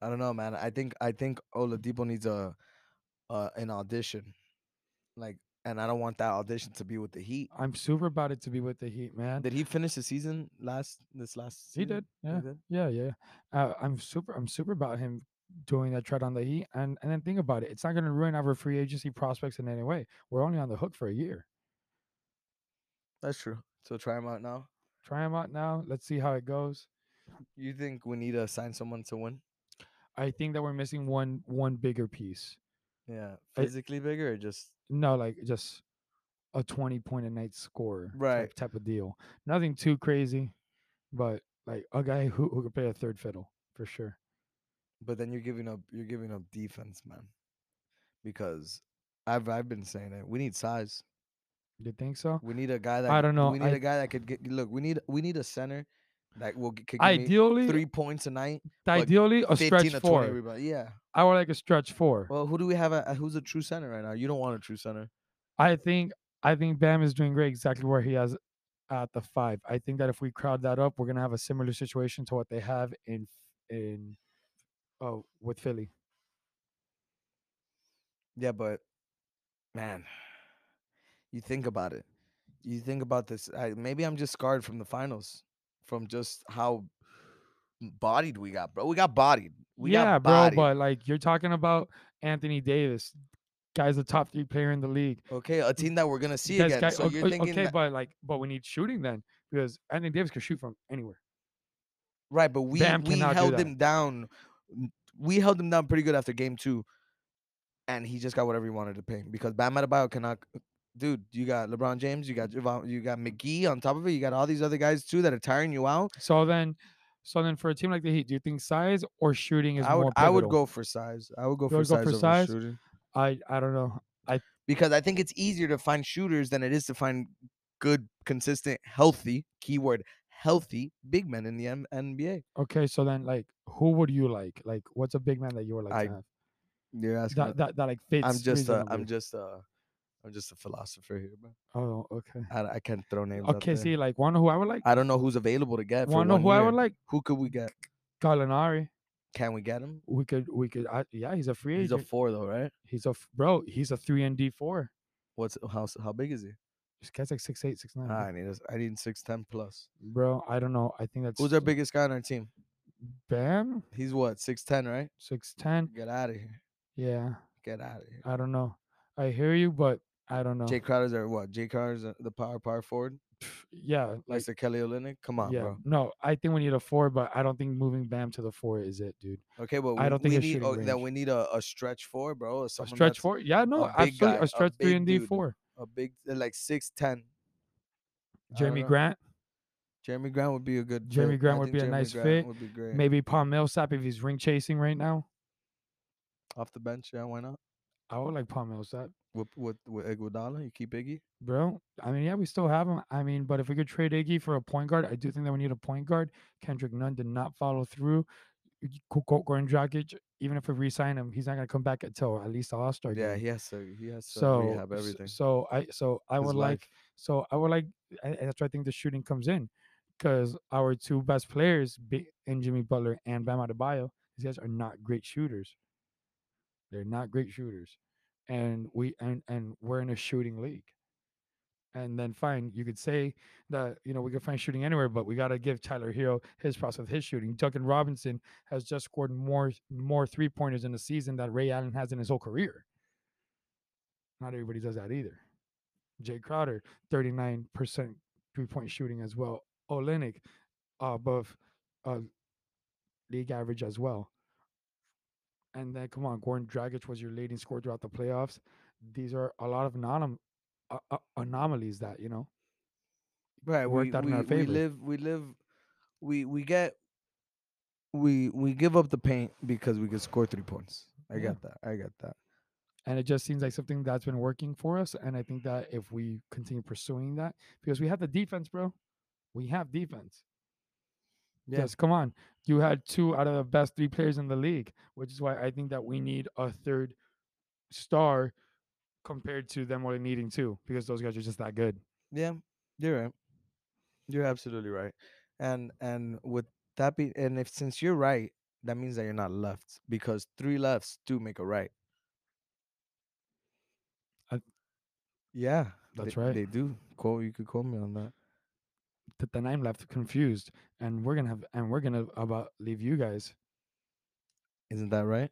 S1: I don't know, man. I think I think Oladipo needs a uh, an audition, like, and I don't want that audition to be with the Heat.
S2: I'm super about it to be with the Heat, Oh, man.
S1: Did he finish the season last? This last
S2: He
S1: season?
S2: did, yeah, yeah, yeah. Uh, I'm super. I'm super about him doing that trade on the Heat, and and then think about it. It's not going to ruin our free agency prospects in any way. We're only on the hook for a year.
S1: That's true. So try him out now.
S2: Try him out now. Let's see how it goes.
S1: You think we need to sign someone to win?
S2: I think that we're missing one one bigger piece.
S1: Yeah,
S2: I-
S1: physically bigger or just
S2: No, like just a twenty point a night scorer, type-
S1: Right.
S2: Type, of deal. Nothing too crazy, but like a guy who who could play a third fiddle for sure.
S1: but then you're giving up you're giving up defense, man. Because I've I've been saying it. We need size.
S2: You think so?
S1: We need a guy that
S2: I
S1: could-
S2: don't know,
S1: We need a
S2: I-
S1: guy that could get look. We need we need a center that will g- could give me
S2: Ideally,
S1: three points a night. like
S2: ideally a
S1: 15
S2: stretch
S1: to 20
S2: four.
S1: rebound- Yeah.
S2: I would like a stretch four.
S1: Well, who do we have? At, who's a true center right now? You don't want a true center.
S2: I think I think Bam is doing great exactly where he has at the five. I think that if we crowd that up, we're gonna have a similar situation to what they have in in oh with Philly.
S1: Yeah, but man, you think about it. You think about this. I, maybe I'm just scarred from the finals, from just how bodied we got, bro. We got bodied. We
S2: yeah,
S1: got
S2: bro,
S1: bodied.
S2: but like you're talking about Anthony Davis, guy's the top three player in the league.
S1: okay, a team that we're gonna see
S2: That's
S1: again.
S2: guy-
S1: so
S2: okay,
S1: you're
S2: okay,
S1: thinking,
S2: okay,
S1: that-
S2: but like, but we need shooting then because Anthony Davis can shoot from anywhere.
S1: right? But we
S2: Bam
S1: we
S2: cannot do
S1: held
S2: that.
S1: him down. n- We held him down pretty good after game two, and he just got whatever he wanted to pay him because Bam Adebayo cannot. Dude, you got LeBron James, you got Javon, you got McGee on top of it, you got all these other guys too that are tiring you out.
S2: So then, so then for a team like the Heat, do you think size or shooting is
S1: I would
S2: more?
S1: I would
S2: pivotal?
S1: go for size. I would go
S2: You
S1: for
S2: would
S1: size,
S2: go for
S1: over
S2: size?
S1: shooting.
S2: I I don't know.
S1: because I think it's easier to find shooters than it is to find good, consistent, healthy keyword healthy big men in the M- NBA.
S2: Okay, so then like, who would you like? Like, what's a big man that you would like
S1: I-
S2: to have?
S1: You're asking.
S2: That, that that like fits.
S1: I'm just a,
S2: reasonably.
S1: I'm just a I'm just a philosopher here, bro.
S2: Oh, okay.
S1: I, I can't throw names. out
S2: Okay,
S1: there.
S2: see, like, wanna know who I would like?
S1: I don't know who's available to get. for
S2: Wanna know
S1: one
S2: who I
S1: year.
S2: would like?
S1: Who could we get?
S2: Gallinari.
S1: Can we get him?
S2: We could, we could. I, yeah, he's a free
S1: He's a
S2: agent.
S1: four though, right?
S2: he's a f- bro. He's a three and D four.
S1: What's how s- how big is he?
S2: This guy's like six eight, six nine.
S1: Ah, I need a s- I need six ten plus.
S2: Bro, I don't know. I think that's
S1: Who's our biggest guy on our team?
S2: Bam
S1: He's what six ten, right?
S2: six ten.
S1: Get out of here.
S2: Yeah,
S1: Get out of here.
S2: I don't know. I hear you, but I don't know.
S1: Jay Crowder's our what? Jay Crowder's uh, the power power forward,
S2: Pff, yeah,
S1: like
S2: like
S1: the Kelly Olynyk. Come on,
S2: yeah.
S1: bro.
S2: No, I think we need a four, but I don't think moving Bam to the four is it, dude.
S1: Okay, but we,
S2: I don't think
S1: we
S2: his
S1: need
S2: shooting
S1: oh, then
S2: range.
S1: we need a, a stretch four, bro. or
S2: A
S1: someone
S2: stretch
S1: that's
S2: four? Yeah, no,
S1: big
S2: absolutely.
S1: guy, a
S2: a stretch three
S1: big
S2: and D
S1: dude.
S2: four.
S1: a big uh, like six ten.
S2: Jeremy Grant,
S1: Jeremy Grant would be a good.
S2: Jeremy
S1: fit.
S2: Grant
S1: I
S2: would
S1: think
S2: be a
S1: Jeremy
S2: nice
S1: Grant
S2: fit.
S1: Would be great.
S2: maybe Palm Millsap if he's ring chasing right now.
S1: off the bench. Yeah, why not?
S2: I would like Palm Millsap,
S1: With with with Iguodala, you keep Iggy.
S2: bro. I mean, yeah, we still have him. I mean, but if we could trade Iggy for a point guard, I do think that we need a point guard. Kendrick Nunn did not follow through. Y- Go- Go- Goran Dragic, even if we re-sign him, he's not gonna come back until at least the All Star
S1: Yeah,
S2: game.
S1: he has to. He has to
S2: so
S1: rehab
S2: s-
S1: everything.
S2: So I so I
S1: His
S2: would
S1: life.
S2: like so I would like and and that's where I think the shooting comes in, because our two best players, Bi- and Jimmy Butler and Bam Adebayo, these guys are not great shooters. They're not great shooters, and we and and we're in a shooting league. And then fine, you could say that you know we could find shooting anywhere, but we got to give Tyler Hero his props with his shooting. Duncan Robinson has just scored more more three pointers in a season that Ray Allen has in his whole career. Not everybody does that either. Jay Crowder, thirty nine percent three point shooting as well. Olenek above uh, league average as well. And then come on, Goran Dragic was your leading scorer throughout the playoffs. These are a lot of anom- uh, uh, anomalies that you know
S1: Right.
S2: worked
S1: we,
S2: out in
S1: we-
S2: our
S1: We
S2: favor.
S1: live. We live. We we get. We we give up the paint because we could score three points. I
S2: Yeah.
S1: got that. I got that.
S2: and it just seems like something that's been working for us. And I think that if we continue pursuing that, because we have the defense, bro, we have defense.
S1: Yeah.
S2: Yes, come on. You had two out of the best three players in the league, which is why I think that we need a third star compared to them only needing two because those guys are just that good.
S1: Yeah, you're right. You're absolutely right. And and with that be and if since you're right, that means that you're not left because three lefts do make a right.
S2: I-
S1: yeah,
S2: That's
S1: they-
S2: right.
S1: They do. Quote you could quote me on that.
S2: But then I'm left confused, and we're gonna have and we're gonna about leave you guys.
S1: Isn't that right?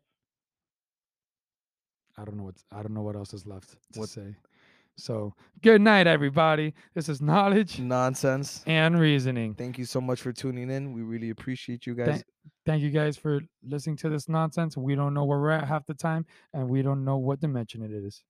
S2: I don't know what's I don't know what else is left to
S1: What-
S2: say. So good night, everybody. This is knowledge
S1: Nonsense.
S2: and reasoning.
S1: Thank you so much for tuning in. We really appreciate you guys.
S2: Thank- thank you guys for listening to this nonsense. We don't know where we're at half the time, and we don't know what dimension it is.